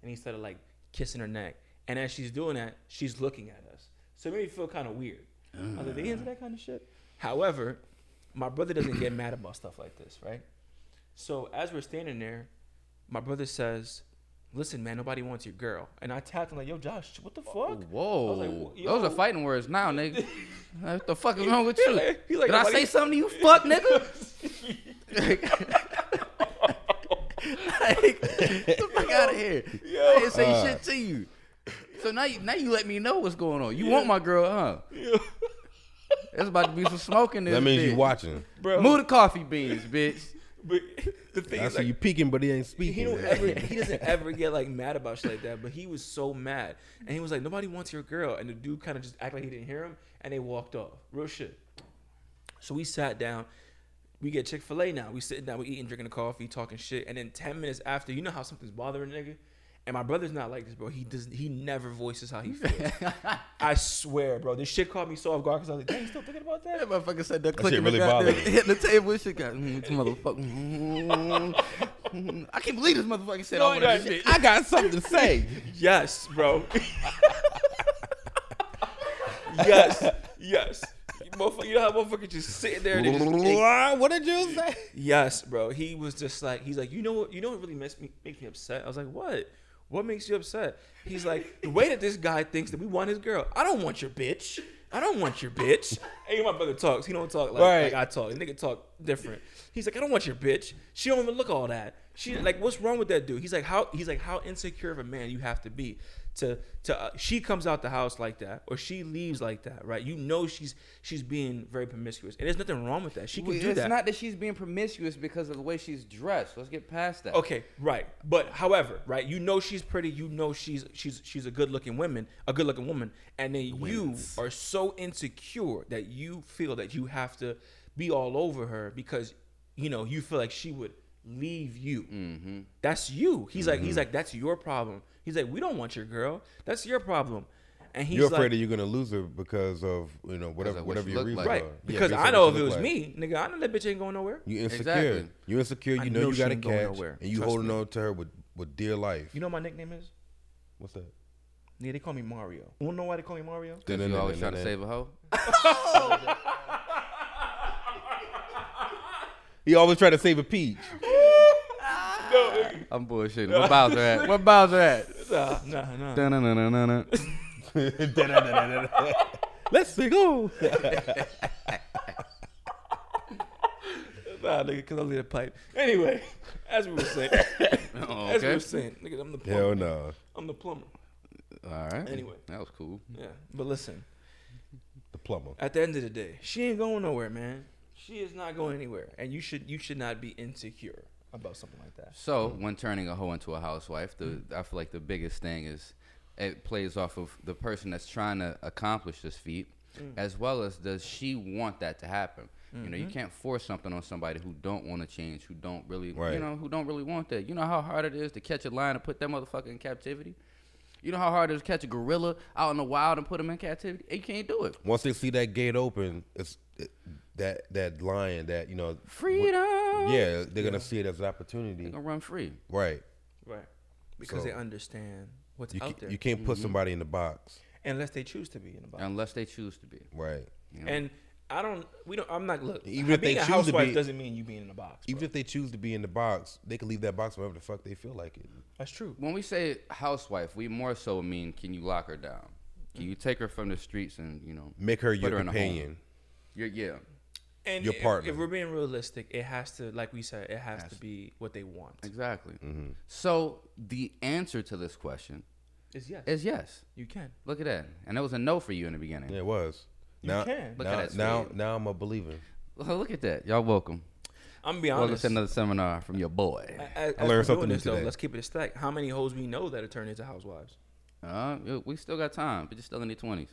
S1: and he started like kissing her neck. And as she's doing that, she's looking at us, so it made me feel kind of weird. I was like, they into that kind of shit. However, my brother doesn't get <coughs> mad about stuff like this, right? So as we're standing there, my brother says, "Listen, man, nobody wants your girl." And I tapped him like, "Yo, Josh, what the fuck?"
S3: Whoa,
S1: I was like,
S3: those
S1: yo.
S3: are fighting words
S1: <laughs>
S3: now, nigga. what the fuck is wrong with you?
S1: like- he like,
S3: Did I
S1: nobody-
S3: say something to you, fuck, nigga?
S1: <laughs>
S3: like, <laughs> get the fuck out of here! I didn't say
S2: Uh.
S3: shit to you. So now you now you let me know what's going on. You want my girl, huh? It's about to be some smoking. This
S2: that means
S3: bitch.
S2: you watching
S1: bro.
S3: Move the coffee beans, bitch.
S1: But <laughs> the thing
S2: I
S1: is,
S2: see
S1: like,
S2: you peeking but he ain't speaking
S1: he
S2: <laughs>
S1: don't ever, he doesn't ever get like mad about shit like that. But he was so mad, and he was like, "Nobody wants your girl," and the dude kind of just act like he didn't hear him, and they walked off. Real shit. So we sat down. We get Chick Fil A now. We sitting down, we eating, drinking coffee, talking shit, and then ten minutes after, you know how something's bothering a nigga. And my brother's not like this, bro. He does. He never voices how he feels. I swear, bro. This shit caught me so off guard because I was like, "Dang, you still thinking about that?"
S3: That motherfucker said that
S2: shit
S3: clicking
S2: really
S3: the goddamn, <laughs>
S2: bothered me.
S3: hit the table. This shit got mm, this motherfucker. mm. I can't believe this motherfucker said
S1: No,
S3: all of this
S1: no,
S3: shit.
S2: I got something to
S3: <laughs>
S2: say
S1: Yes, bro. <laughs> yes, yes. You, motherfucker, you know how motherfuckers just sitting there and they just, they-
S2: what did you say
S1: yes, bro. He was just like, he's like, you know what, you know what really makes me makes me upset. I was like, what? What makes you upset? He's like, the way that this guy thinks that we want his girl. I don't want your bitch. I don't want your bitch. Hey, my brother talks. He don't talk like,
S2: Right.
S1: like I talk. The nigga talk different. He's like, I don't want your bitch. She don't even look all that. She like, what's wrong with that dude? He's like, how he's like, how insecure of a man you have to be to to uh, she comes out the house like that or she leaves like that, right? You know she's she's being very promiscuous, and there's nothing wrong with that. She can
S3: Well,
S1: do
S3: it's
S1: that.
S3: not that she's being promiscuous because of the way she's dressed. Let's get past that.
S1: Okay, right. But however, right, you know she's pretty, you know she's she's she's a good looking woman, a good looking woman, and then you are so insecure that you feel that you have to be all over her because you know you feel like she would leave you. Mm-hmm. That's you. He's like he's like that's your problem. He's like we don't want your girl. That's your problem. And he's
S2: you're
S1: like,
S2: afraid that you're gonna lose her because of you know whatever
S3: of what
S2: whatever
S3: you
S2: your
S3: look
S2: reasons
S3: like.
S2: are.
S1: right
S2: Yeah,
S1: because
S2: based
S1: I
S2: on
S1: know
S2: what
S1: if
S2: you
S1: it
S2: look
S1: was me,
S2: like.
S1: nigga, I know that bitch ain't going nowhere.
S2: you insecure.
S3: Exactly.
S2: You insecure. You
S1: I
S2: know,
S1: know
S2: you
S1: she
S2: got a
S1: ain't going
S2: catch,
S1: nowhere.
S2: and you
S1: Trust
S2: holding
S1: me.
S2: on to her with with dear life.
S1: You know what my nickname is?
S2: What's that?
S1: Yeah, they call me Mario. You wanna know why they call me Mario?
S3: 'Cause You always trying to save a hoe.
S2: He always try to save a peach.
S3: I'm
S1: <laughs>
S3: bullshitting. Where Bowser at? Where Bowser at?
S1: Nah, nah, nah.
S3: Dun-dun-dun-dun-dun.
S2: Let's go.
S1: Nah, nigga, cause I lit a pipe. Anyway, as we were
S2: <laughs>
S1: saying,
S2: Oh,
S1: as we
S3: okay.
S1: were saying, nigga, I'm the plumber.
S2: Hell no.
S1: I'm the plumber.
S3: All right.
S1: Anyway.
S3: that was cool.
S1: Yeah, but listen,
S2: The plumber.
S1: at the end of the day, she ain't going nowhere, man. She is not going anywhere, and you should you should not be insecure about something like that.
S3: So
S2: Mm.
S3: when turning a hoe into a housewife, the I feel like the biggest thing is it plays off of the person that's trying to accomplish this feat,
S2: Mm.
S3: as well as does she want that to happen. You know,
S2: Mm-hmm.
S3: you can't force something on somebody who don't want to change, who don't really, you
S2: Right.
S3: know, who don't really want that. You know how hard it is to catch a lion and put that motherfucker in captivity. You know how hard it is to catch a gorilla out in the wild and put him in captivity. You can't do it.
S2: Once they see that gate open, it's it, that that lion that you know. wh-
S3: Freedom.
S2: yeah, they're gonna see it as an opportunity.
S3: They're gonna run free.
S2: Right.
S1: Right. Because
S2: So-
S1: they understand what's
S2: You,
S1: out
S2: ca-
S1: there,
S2: you can't
S3: Mm-hmm.
S2: put somebody in the box.
S1: unless they choose to be in the box.
S3: Unless they choose to be.
S2: Right.
S1: And I don't. We don't. I'm not. Look,
S2: Even if
S1: being
S2: they
S1: a
S2: choose to
S1: housewife
S2: be-
S1: doesn't mean you being in the box.
S2: Even if they choose to be in the box, they can leave that box wherever the fuck they feel like it.
S1: That's true.
S3: when we say housewife, we more so mean can you lock her down? Can you take her from the streets and you know
S2: Make her
S3: put
S2: your
S3: in a home?
S2: companion.
S3: You're, yeah,
S1: And
S2: Your
S1: if-
S2: partner.
S1: If, we're being realistic, it has to, like we said, it has to be what they want.
S3: exactly.
S2: Mm-hmm.
S3: So the answer to this question
S1: Is yes,
S3: is yes.
S1: you can.
S3: Look at that, and it was a no for you in the beginning.
S2: Yeah, it was. Now,
S1: can.
S3: Look at
S2: now,
S3: that
S2: now,
S3: sweet.
S2: now I'm a believer.
S3: <laughs> Look at that, y'all welcome.
S1: I'm gonna be
S3: Welcome
S1: honest.
S3: to another seminar from your boy.
S1: as,
S2: I learned
S1: we're
S2: something
S1: doing
S2: new
S1: this, though,
S2: today.
S1: let's keep it a stack. How many hoes we know that are turned into housewives?
S3: Uh, we still got time, but you're still in your twenties.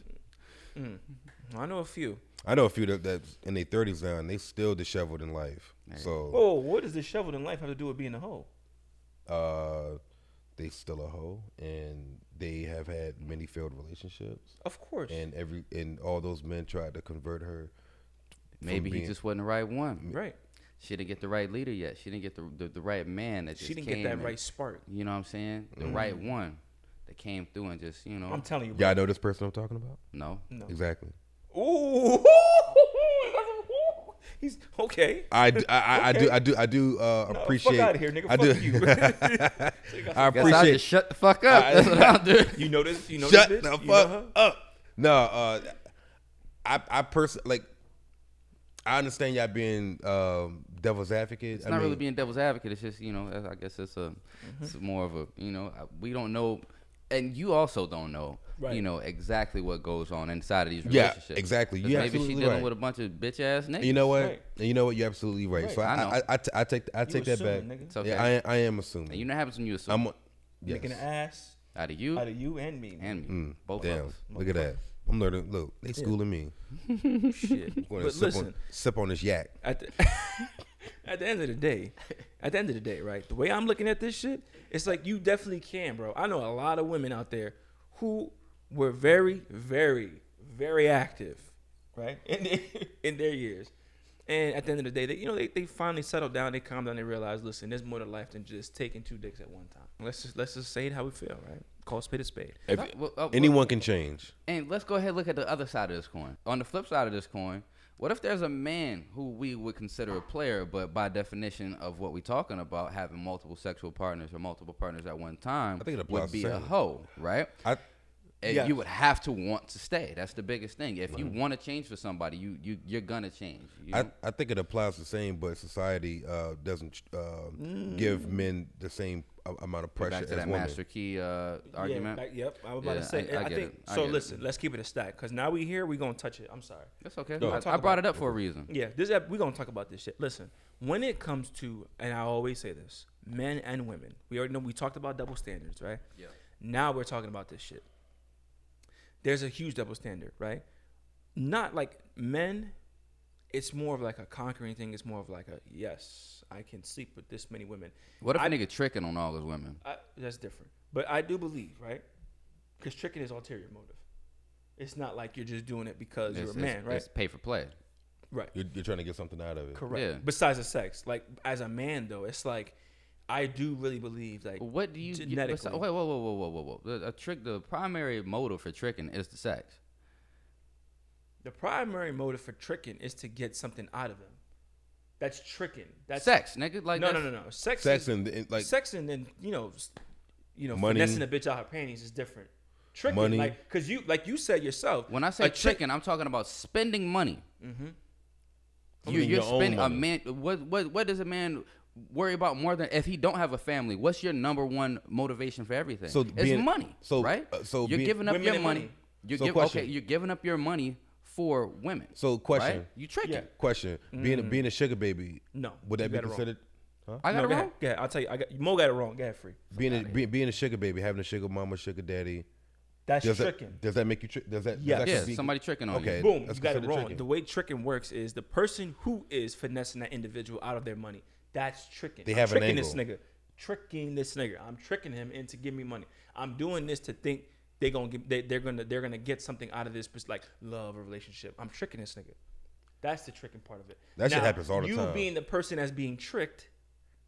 S1: Hmm.
S2: Mm-hmm.
S1: I know a few.
S2: I know a few that that's in their thirties now, and they still disheveled in life. So
S1: Oh, what does disheveled in life have to do with being a hoe?
S2: uh, they still a hoe, and they have had many failed relationships,
S1: Of course.
S2: and every and all those men tried to convert her. from
S3: Maybe he
S2: being-
S3: just wasn't the right one.
S1: right.
S3: She didn't get the right leader yet. She didn't get the the, the right man that just
S1: She didn't
S3: came
S1: get that
S3: and-
S1: right spark.
S3: You know what I'm saying?
S2: Mm-hmm.
S3: The right one that came through and just you know
S1: I'm telling you.
S2: Y'all know this person I'm talking about?
S3: no
S1: No.
S2: Exactly.
S1: Ooh. <laughs> He's okay.
S2: I, d- I- I- I do
S1: Okay.
S2: I do I do uh,
S1: No,
S2: appreciate.
S1: Fuck out of here, nigga.
S2: I
S1: fuck
S2: do. <laughs>
S1: you. <laughs>
S2: I
S3: Guess I'll
S2: appreciate.
S3: just shut the fuck up. That's what I'll do.
S2: <laughs>
S1: you know this. You know
S2: Shut
S1: this.
S2: the
S1: bitch?
S2: fuck
S1: You know her?
S2: up. No, uh, I I person like I understand y'all being um, devil's advocate.
S3: It's
S2: I
S3: <laughs> not really
S2: mean, Mm-hmm.
S3: being devil's advocate. It's just you know, I- I guess it's a, it's more of a you know, I- we don't know, and you also don't know, you
S1: Right.
S3: know, exactly what goes on inside of these
S2: Yeah,
S3: relationships.
S2: exactly.
S3: 'Cause
S2: You're
S3: maybe she
S2: absolutely
S3: dealing
S2: right.
S3: with a bunch of bitch ass niggas.
S2: You know what?
S1: Right.
S2: And you know what? You're absolutely right.
S1: Right.
S2: So I
S3: I know.
S2: I, I, t- I take I take that back.
S1: assuming, nigga.
S3: It's okay.
S2: Yeah, I am- I am assuming.
S3: and you know what happens when you assume
S2: I'm yes.
S1: Making an ass
S3: out of you
S1: out of you and me.
S3: and me, both
S2: Damn,
S3: of us.
S2: look at that. I'm learning. Look, they schooling me.
S1: Shit. <laughs>
S2: I'm
S1: But
S2: going to sip
S1: listen,
S2: on, sip on this yak.
S1: at the, <laughs> at the end of the day, at the end of the day, right? The way I'm looking at this shit, it's like you definitely can, bro. I know a lot of women out there who were very, very, very active, right? In their, <laughs> in their years. And at the end of the day, they you know they, they finally settled down, they calmed down, they realized, listen, there's more to life than just taking two dicks at one time. Let's just let's just say it how we feel, right? Call a spade a spade.
S2: If
S3: Well, uh, well, well,
S2: anyone can change,
S3: And let's go ahead and look at the other side of this coin. On the flip side of this coin, what if there's a man who we would consider a player, but by definition of what we're talking about, having multiple sexual partners or multiple partners at one time
S2: I think it applies
S3: would be
S2: to
S3: a
S2: same.
S3: hoe, right?
S2: I
S3: eh,
S1: Yes.
S3: you would have to want to stay. That's the biggest thing. If you want to change for somebody, you you you're gonna change. You
S2: I,
S3: know?
S2: I think it applies the same, but society uh, doesn't uh,
S1: Mm.
S2: give men the same a- amount of pressure
S3: back to
S2: as
S3: that
S2: women.
S3: master key uh, argument.
S1: Yeah, back- yep. I was about
S3: Yeah,
S1: to say.
S3: I-
S1: I,
S3: I get
S1: think
S3: it. I
S1: so.
S3: get it.
S1: Listen, let's keep it a stack because now we here. We gonna touch it. I'm sorry.
S3: That's okay.
S2: No.
S3: I,
S1: Talk
S3: I
S1: about
S3: brought it up for a reason.
S1: Yeah, this ep- we gonna talk about this shit. Listen, when it comes to, and I always say this, men and women. We already know we talked about double standards, right?
S3: Yeah.
S1: Now we're talking about this shit. There's a huge double standard, right? Not like men. It's more of like a conquering thing. It's more of like a yes, I can sleep with this many women.
S3: What if a
S1: I-
S3: nigga tricking on all his women?
S1: I, that's different. But I do believe, right? Because tricking is ulterior motive. It's not like you're just doing it because you're a man, right?
S3: It's pay for play.
S1: right.
S2: You're, you're trying to get something out of it.
S1: Correct.
S3: Yeah.
S1: Besides the sex, like as a man though, it's like I do really believe like
S3: What do you get besi-
S1: genetically?
S3: Wait, whoa, whoa, whoa, whoa, whoa, whoa! The- A trick. The primary motive for tricking is the sex.
S1: the primary motive for tricking is to get something out of him. That's tricking. That's
S3: sex, nigga. Like
S1: No, no,
S3: that's-
S1: no, no. Sex.
S2: Sex
S1: is,
S2: and, and like
S1: sex and then you know, s- you know,
S2: Money.
S1: finessing a bitch out her panties is different. Tricking,
S2: Money.
S1: like, cause you, like you said yourself.
S3: When I
S1: a
S3: say
S1: chick-
S3: tricking, I'm talking about spending money. Mm-hmm. You,
S2: Spending
S3: you're
S2: your own
S3: spending a man.
S2: money.
S3: What what what does a man worry about more than if he don't have a family? What's your number one motivation for everything?
S2: So
S3: it's
S2: being-
S3: money.
S2: so,
S3: right.
S2: uh, so
S3: you're
S2: being-
S3: giving up
S1: Women
S3: your money.
S1: and money.
S3: You're
S2: So
S3: give,
S2: question.
S3: okay. You're giving up your money for women.
S2: So, question.
S3: right? You tricking?
S1: Yeah.
S2: question. Being a, being a sugar baby.
S1: Mm. No,
S2: Would
S1: you
S2: that be
S1: got it wrong.
S2: considered? Huh?
S3: I got
S1: no,
S3: it
S1: go
S3: wrong.
S1: ahead. Go ahead. I'll tell you. I got Mo got it wrong. Go ahead, free.
S2: Being a, being, being a sugar baby, having a sugar mama, sugar daddy.
S1: That's
S2: Does
S1: tricking.
S2: that does that make you trick? Does that does
S1: Yes.
S2: that
S1: Yeah,
S2: could be-
S3: somebody tricking on you.
S2: okay,
S1: Boom,
S2: that's
S1: you got it
S2: considered
S1: wrong.
S2: tricking.
S1: The way tricking works is the person who is finessing that individual out of their money. That's tricking.
S2: They
S1: I'm
S2: have an
S1: tricking this
S2: angle.
S1: nigga. Tricking this nigga. I'm tricking him into give me money. I'm doing this to think they gonna give, they, they're gonna they're gonna get something out of this, but like love or relationship. I'm tricking this nigga. That's the tricking part of it.
S2: That shit happens all the
S1: You
S2: time.
S1: being the person that's being tricked,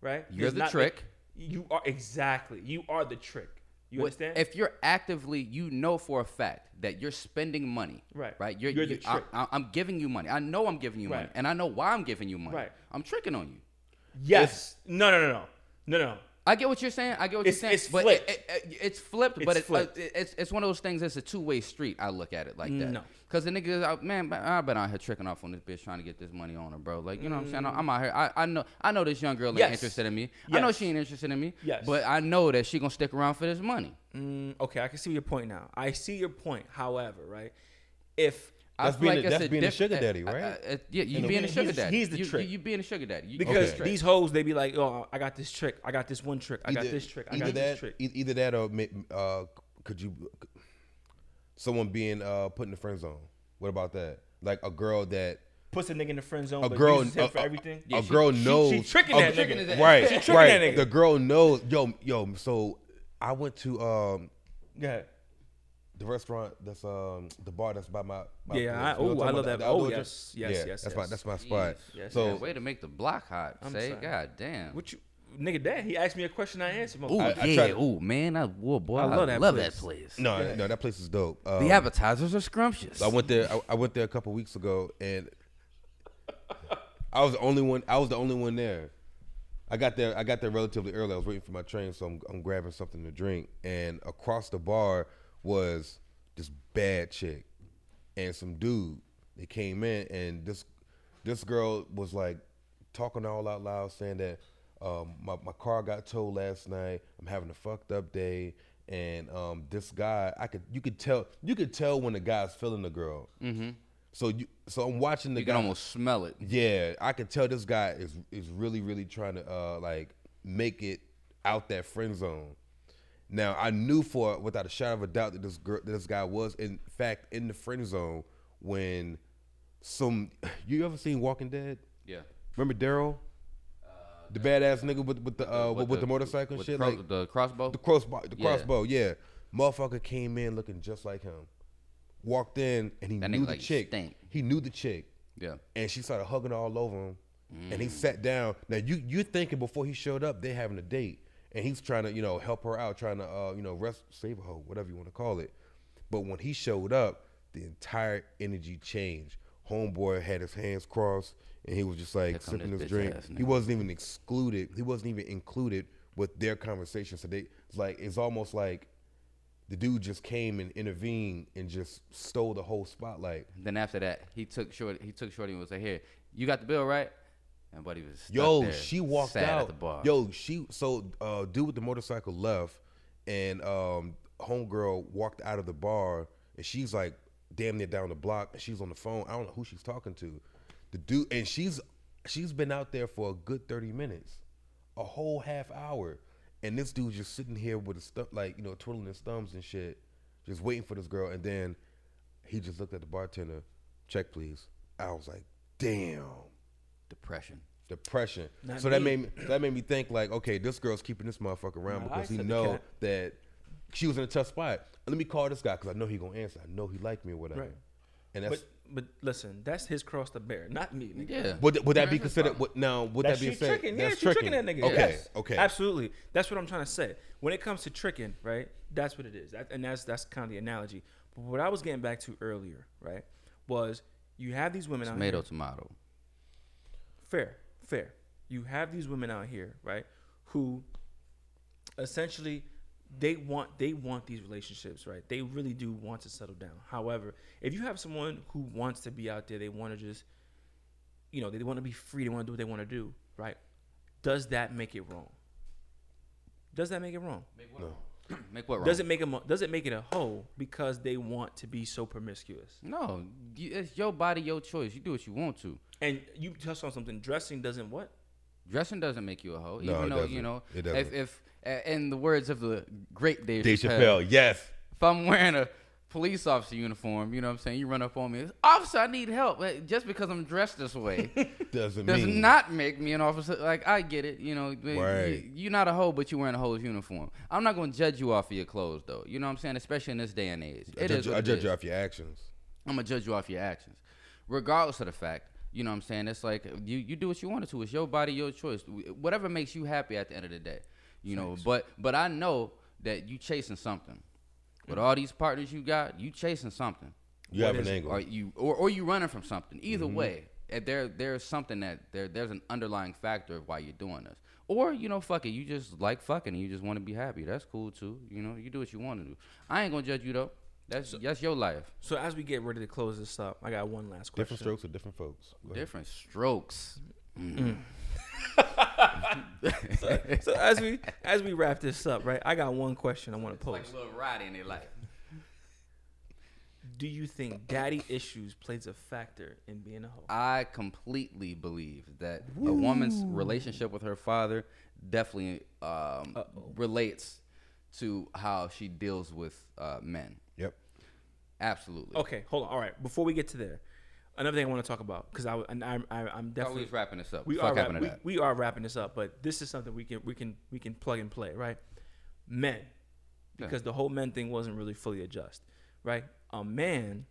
S1: right?
S3: You're
S1: is
S3: the
S1: not
S3: trick.
S1: you are exactly. You are the trick. You
S3: What-
S1: understand?
S3: If you're actively, you know for a fact that you're spending money.
S1: Right.
S3: Right. You're,
S1: You're
S3: you're
S1: the
S3: I,
S1: trick.
S3: I, I'm giving you money. I know I'm giving you money,
S1: Right.
S3: and I know why I'm giving you money.
S1: Right.
S3: I'm tricking on you.
S1: yes. No. No. No. No. No. No.
S3: I get what you're saying. I get what
S1: It's-
S3: you're saying.
S1: it's
S3: but
S1: flipped.
S3: It, it, it- it's flipped.
S1: It's
S3: but it,
S1: flipped.
S3: Uh, it- it's it's one of those things. It's a two way street. I look at it like that.
S1: No.
S3: Cause the niggas, out, man, I've been out here tricking off on this bitch trying to get this money on her, bro. Like you know what I'm saying? I'm out here. I, I know I know this young girl ain't
S1: Yes.
S3: interested in me. I know
S1: Yes.
S3: she ain't interested in me.
S1: Yes.
S3: But I know that she gonna stick around for this money.
S1: Mm, okay, I can see your point now. I see your point. However, right? If
S2: That's
S3: feel
S2: being a-
S3: it's
S2: that's being a sugar
S3: uh,
S2: daddy,
S3: uh,
S2: right?
S3: uh, uh, yeah, you
S2: In a
S3: being a
S2: way,
S3: sugar
S1: he's-
S3: daddy.
S1: he's the
S3: you,
S1: trick.
S3: You, you being a sugar daddy. You-
S1: because
S2: Okay.
S1: these hoes, they be like, "Oh, I got this trick. I got this one trick. I got this trick. I got
S2: either
S1: this
S2: that,
S1: trick."
S2: e- Either that or ma- uh, could you someone being uh, put in the friend zone? What about that? Like a girl that
S1: Puts a nigga in the friend zone,
S2: a
S1: but
S2: girl
S1: uses him
S2: a-
S1: for
S2: a-
S1: everything.
S2: A, girl
S1: she- she
S2: knows
S1: tricking
S2: a-
S1: that She nigga. tricking his ass.
S2: Right,
S1: She tricking
S2: right.
S1: that nigga.
S2: The girl knows. Yo, yo. So I went to um
S1: Yeah.
S2: the restaurant that's um the bar that's by my, my
S1: Yeah, I-
S2: you know
S1: ooh, I
S2: what I'm
S1: love
S2: talking about?
S1: that.
S2: The outdoor
S1: Oh,
S2: joint?
S1: yes, yes, yes,
S2: That's my
S1: yes.
S2: that's my spot.
S1: Yes,
S2: so
S3: yeah, way to make the block hot.
S1: I'm
S3: say,
S1: sorry.
S3: god damn.
S1: What you, nigga? That he asked me a question. I answered.
S3: Ooh,
S1: motherfucker.
S2: I- I
S3: yeah.
S2: tried-
S3: Ooh, man. I, whoa, boy, I, love, that, place.
S2: no, no, that place is dope. Um,
S3: The appetizers are scrumptious.
S2: I went there. I, I went there a couple weeks ago, and I was the only one. I was the only one there. I got there. I got there relatively early. I was waiting for my train, so I'm, I'm grabbing something to drink. And across the bar was this bad chick and some dude. They came in, and this this girl was like talking all out loud, saying that um, my my car got towed last night. I'm having a fucked up day. And um, this guy, I could you could tell you could tell when the guy's feeling the girl. Mm-hmm. So you so I'm watching the
S3: You
S2: guy.
S3: can almost smell it.
S2: Yeah, I could tell this guy is is really really trying to uh like make it out that friend zone. Now I knew for without a shadow of a doubt that this girl that this guy was in fact in the friend zone when some <sighs> you ever seen Walking Dead?
S3: Yeah.
S2: Remember Daryl? Uh, The badass nigga with with the uh, with, with the, motorcycle and
S3: with
S2: shit,
S3: cro-
S2: like
S3: the crossbow.
S2: the crossbow, the
S3: Yeah.
S2: crossbow, yeah. Motherfucker came in looking just like him. Walked in and he
S3: That
S2: knew
S3: nigga
S2: the
S3: like
S2: chick.
S3: stink.
S2: He knew the chick
S3: yeah. Mm.
S2: and she started hugging all over him. And he sat down. Now you you thinking before he showed up they having a date, and he's trying to you know help her out, trying to uh, you know rest, save her, whatever you want to call it. But when he showed up, the entire energy changed. Homeboy had his hands crossed, and he was just like
S3: come
S2: sipping
S3: this
S2: his
S3: bitch
S2: drink.
S3: ass
S2: He
S3: nigga.
S2: wasn't even excluded. He wasn't even included with their conversation. So they it's like it's almost like the dude just came and intervened and just stole the whole spotlight.
S3: Then after that, he took short. He took shorty and was like, "Here, you got the bill, right?" And buddy was stuck
S2: Yo,
S3: there,
S2: she walked
S3: sad
S2: out.
S3: at the bar.
S2: Yo, she so uh dude with the motorcycle left and um homegirl walked out of the bar and she's like damn near down the block and she's on the phone. I don't know who she's talking to. The dude and she's she's been out there for a good 30 minutes. A whole half hour. And this dude just sitting here with his stuff like, you know, twiddling his thumbs and shit, just waiting for this girl and then he just looked at the bartender, check please. I was like, damn
S3: depression.
S2: depression.
S1: Not
S2: so that
S1: me.
S2: made me, that made me think like, okay, this girl's keeping this motherfucker around
S1: Nah, I
S2: because he
S1: said the
S2: know
S1: cat.
S2: that she was in a tough spot. Let me call this guy because I know he gonna answer. I know he liked me or whatever.
S1: Right.
S2: And that's
S1: But but listen, that's his cross to bear, not me. Nigga.
S3: Yeah.
S2: would, th- would that
S3: Right,
S2: be
S3: that's
S2: considered?
S3: fine.
S2: What, now would
S1: That's
S2: that be
S1: you
S2: saying?
S1: tricking. Yeah,
S2: that's
S1: you tricking that nigga.
S2: Okay,
S1: Yes.
S2: okay.
S1: Absolutely. That's what I'm trying to say. When it comes to tricking, right? That's what it is. That, and that's that's kind of the analogy. But what I was getting back to earlier, right, was you have these women out
S3: Tomato, tomato.
S1: fair, fair. You have these women out here, right, who essentially they want they want these relationships, right? They really do want to settle down. However, if you have someone who wants to be out there, they want to just you know, they want to be free, they want to do what they want to do, right? Does that make it wrong? Does that make it wrong?
S3: Make what wrong? <clears throat>
S1: Does it make 'em a does it make it a hoe because they want to be so promiscuous?
S3: No, you, it's your body, your choice. You do what you want to.
S1: And you touched on something. Dressing doesn't what?
S3: Dressing doesn't make you a hoe,
S2: No, it
S3: even though
S2: doesn't.
S3: you know.
S2: It
S3: if,
S2: doesn't.
S3: if a- in the words of the great Dave,
S2: Dave Chappelle, yes.
S3: if I'm wearing a police officer uniform, you know what I'm saying. You run up on me, officer, I need help. Like, Just because I'm dressed
S2: <laughs>
S3: this way
S2: Doesn't
S3: does
S2: mean
S3: not make me an officer. Like I get it, you know. you-
S2: Right.
S3: You, are not a hoe, but you're wearing a hoe's uniform. I'm not going to judge you off of your clothes, though. You know what I'm saying, especially in this day and age.
S2: I
S3: It
S2: judge,
S3: is
S2: you-
S3: what
S2: I
S3: it
S2: judge
S3: is.
S2: you off your actions.
S3: I'm gonna judge you off your actions, regardless of the fact. You know what I'm saying? It's like you, you do what you wanted to. It's your body, your choice. Whatever makes you happy at the end of the day. You know, but but I know that you chasing something. With all these partners you got, you chasing something.
S2: You
S1: What
S2: have
S1: is
S2: an
S1: it?
S2: angle.
S3: Or you or, or you running from something. Either way, eh, there there's something that there there's an underlying factor of why you're doing this. Or you know, fuck it, you just like fucking, and you just want to be happy. That's cool too. You know, you do what you want to do. I ain't gonna judge you though. That's that's your life.
S1: So as we get ready to close this up, I got one last question.
S2: Different strokes for different folks. Go ahead.
S3: Different strokes.
S1: <laughs> so as we as we wrap this up, right? I got one question I want to pose.
S3: Like a little ride in their life.
S1: Do you think daddy issues plays a factor in being a hoe?
S3: I completely believe that a woman's relationship with her father definitely um, relates to how she deals with uh, men.
S2: Yep.
S3: Absolutely.
S1: Okay, hold on. All right, before we get to there, another thing I want to talk about because I and I'm I, I'm
S3: Thought we
S1: definitely
S3: was wrapping this up.
S1: we
S3: Fuck
S1: are wrap,
S3: happened to
S1: we,
S3: that?
S1: we are wrapping this up, but this is something we can we can we can plug and play, right? Men, because the whole men thing wasn't really fully adjust, right? A man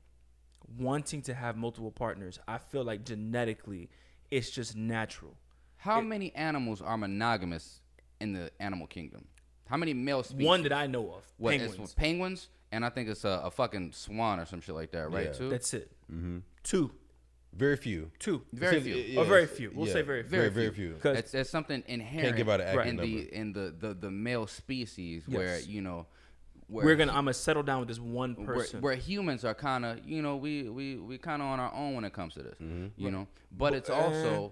S1: wanting to have multiple partners, I feel like genetically, it's just natural.
S3: How many animals are monogamous in the animal kingdom? How many male species?
S1: One that I know of,
S3: What, it's
S1: penguins.
S3: penguins, and I think it's a, a fucking swan or some shit like that, right?
S2: Yeah.
S3: Too.
S1: That's it. Two,
S2: Very few.
S1: two.
S3: Very
S2: Say-
S3: few.
S2: yeah,
S1: Or very few. We'll say very few.
S2: Very very few.
S1: Because
S3: That's, that's something inherent
S2: give out an accurate
S3: in
S2: number.
S3: the in the, the, the male species where
S1: Yes.
S3: you know where
S1: we're gonna, I'm gonna settle down with this one
S3: where,
S1: person.
S3: where humans are kind of you know we we we kind of on our own when it comes to this
S2: Mm-hmm.
S3: you know but it's also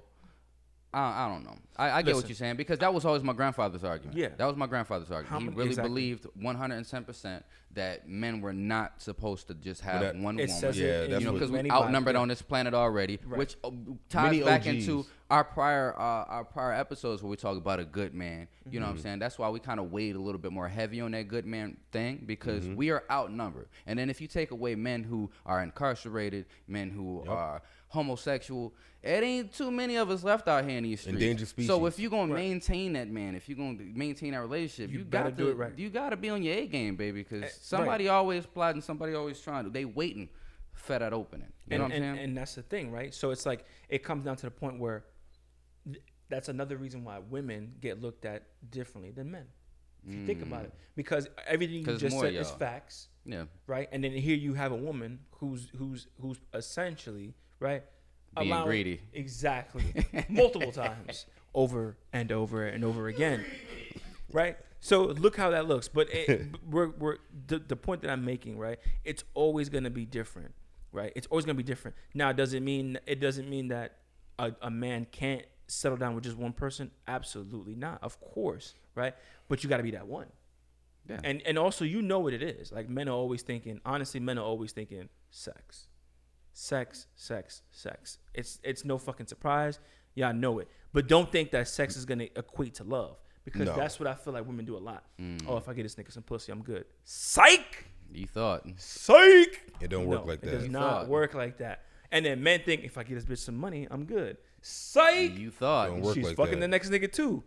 S3: I, I don't know I, I get what
S1: eh. Listen.
S3: you're saying because that was always my grandfather's argument
S1: Yeah.
S3: that was my grandfather's
S1: How
S3: argument he
S1: many-
S3: really
S1: exactly.
S3: believed 110 percent that men were not supposed to just have
S2: that-
S3: one
S1: it
S3: woman
S1: says
S2: Yeah,
S1: it. in
S2: that's
S3: you know,
S2: what-
S3: because
S1: many
S3: we're
S1: bodies.
S3: outnumbered
S1: Yeah.
S3: on this planet already,
S1: Right.
S3: which uh, ties
S2: Many
S3: back
S2: OGs.
S3: into our prior uh, our prior episodes where we talk about a good man. You
S2: Mm-hmm.
S3: know what I'm saying? That's why we kind of weighed a little bit more heavy on that good man thing because
S2: Mm-hmm.
S3: we are outnumbered. And then if you take away men who are incarcerated, men who are homosexual, it ain't too many of us left out here in these streets.
S2: Endangered
S3: So
S2: species.
S3: if you're gonna maintain that man, if you're gonna maintain that relationship,
S1: You
S3: you, gotta
S1: better do it right. Eh,
S3: You gotta be on your A game, baby, because
S1: right.
S3: somebody they always plotting. Somebody always trying to. They waiting for that opening. You
S1: and,
S3: know what I'm
S1: and,
S3: saying?
S1: and that's the thing, right? So it's like it comes down to the point where th- that's another reason why women get looked at differently than men. If you think about it, because everything you
S3: 'Cause
S1: just
S3: Mm. more
S1: said is
S3: y'all.
S1: facts,
S3: yeah.
S1: right? And then here you have a woman who's who's who's essentially right
S3: Being greedy. <laughs>
S1: exactly multiple times over and over and over again, right? So look how that looks. But
S3: <laughs>
S1: it, we're, we're the, the point that I'm making, right? It's always going to be different, right? It's always going to be different. Now, does it mean it doesn't mean that a, a man can't settle down with just one person? Absolutely not. Of course, right? But you got to be that one.
S3: Yeah.
S1: And and also you know what it is. Like men are always thinking. Honestly, men are always thinking sex, sex, sex, sex. It's it's no fucking surprise. Y'all know it. But don't think that sex is gonna equate to love because
S2: No. Mm.
S1: that's what I feel like women do a lot. Oh, if I get this nigga some pussy, I'm good. Psych,
S3: You thought.
S1: psych.
S2: It don't work like
S1: It does
S2: that.
S1: not
S3: Fuck.
S1: work like that. And then men think if I get this bitch some money, I'm good. Psych.
S3: You thought.
S2: Don't work
S1: She's
S2: like
S1: fucking
S2: that.
S1: the next nigga too.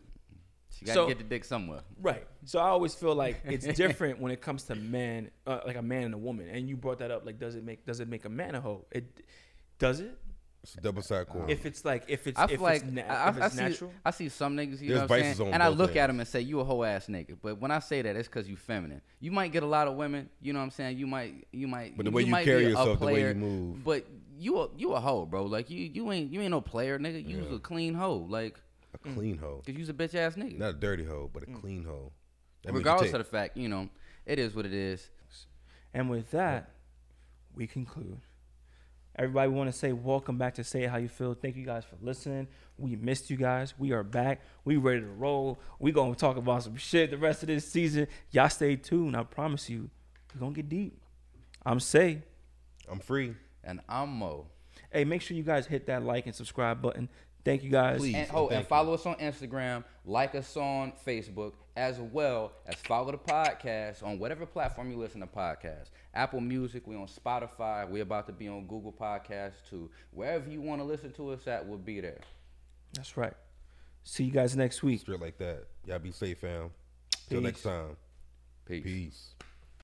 S3: You gotta
S1: So-
S3: get the dick somewhere.
S1: Right. So I always feel like
S3: <laughs>
S1: it's different when it comes to man, uh, like a man and a woman. And you brought that up. Like, does it make does it make a man a hoe? It does it.
S2: It's a double side coin.
S1: If it's like if it's
S3: I
S1: if
S3: feel like
S1: it's, na-
S3: I,
S1: if
S3: I, I
S1: it's
S3: see
S1: natural.
S3: I see some niggas,
S2: There's
S3: you know what I'm
S2: vices
S3: saying,
S2: on
S3: and I
S2: both
S3: look at
S2: ends.
S3: them and say you a whole ass nigga. But when I say that, it's because you feminine. You might get a lot of women, you know what I'm saying. You might you might
S2: But the way you
S3: might
S2: carry
S3: be a
S2: yourself, the way you
S3: player,
S2: move.
S3: But you a you a hoe, bro. Like you you ain't you ain't no player, nigga. You was a clean hoe, like
S2: a clean hoe,
S3: cause you's a bitch ass nigga.
S2: not a dirty hoe, but a clean hoe. That means you
S3: Mm. Regardless
S2: take-
S3: of the fact, you know, it is what it is.
S1: And with that, we conclude. Everybody, we want to say welcome back to Say How You Feel. Thank you guys for listening. We missed you guys. We are back. We ready to roll. We gonna talk about some shit the rest of this season. Y'all stay tuned. I promise you, we gonna get deep. I'm Say.
S2: I'm free.
S3: And I'm Mo.
S1: Hey, make sure you guys hit that like and subscribe button. Thank you guys.
S2: Please.
S3: And, oh,
S2: Thank
S3: and
S2: you.
S3: follow us on Instagram, like us on Facebook, as well as follow the podcast on whatever platform you listen to podcasts. Apple Music, we on Spotify, we're about to be on Google Podcasts too. Wherever you want to listen to us at, we'll be there.
S1: That's right. See you guys next week.
S2: Straight like that. Y'all be safe, fam. Till
S1: Peace.
S2: next time.
S3: Peace.
S2: Peace.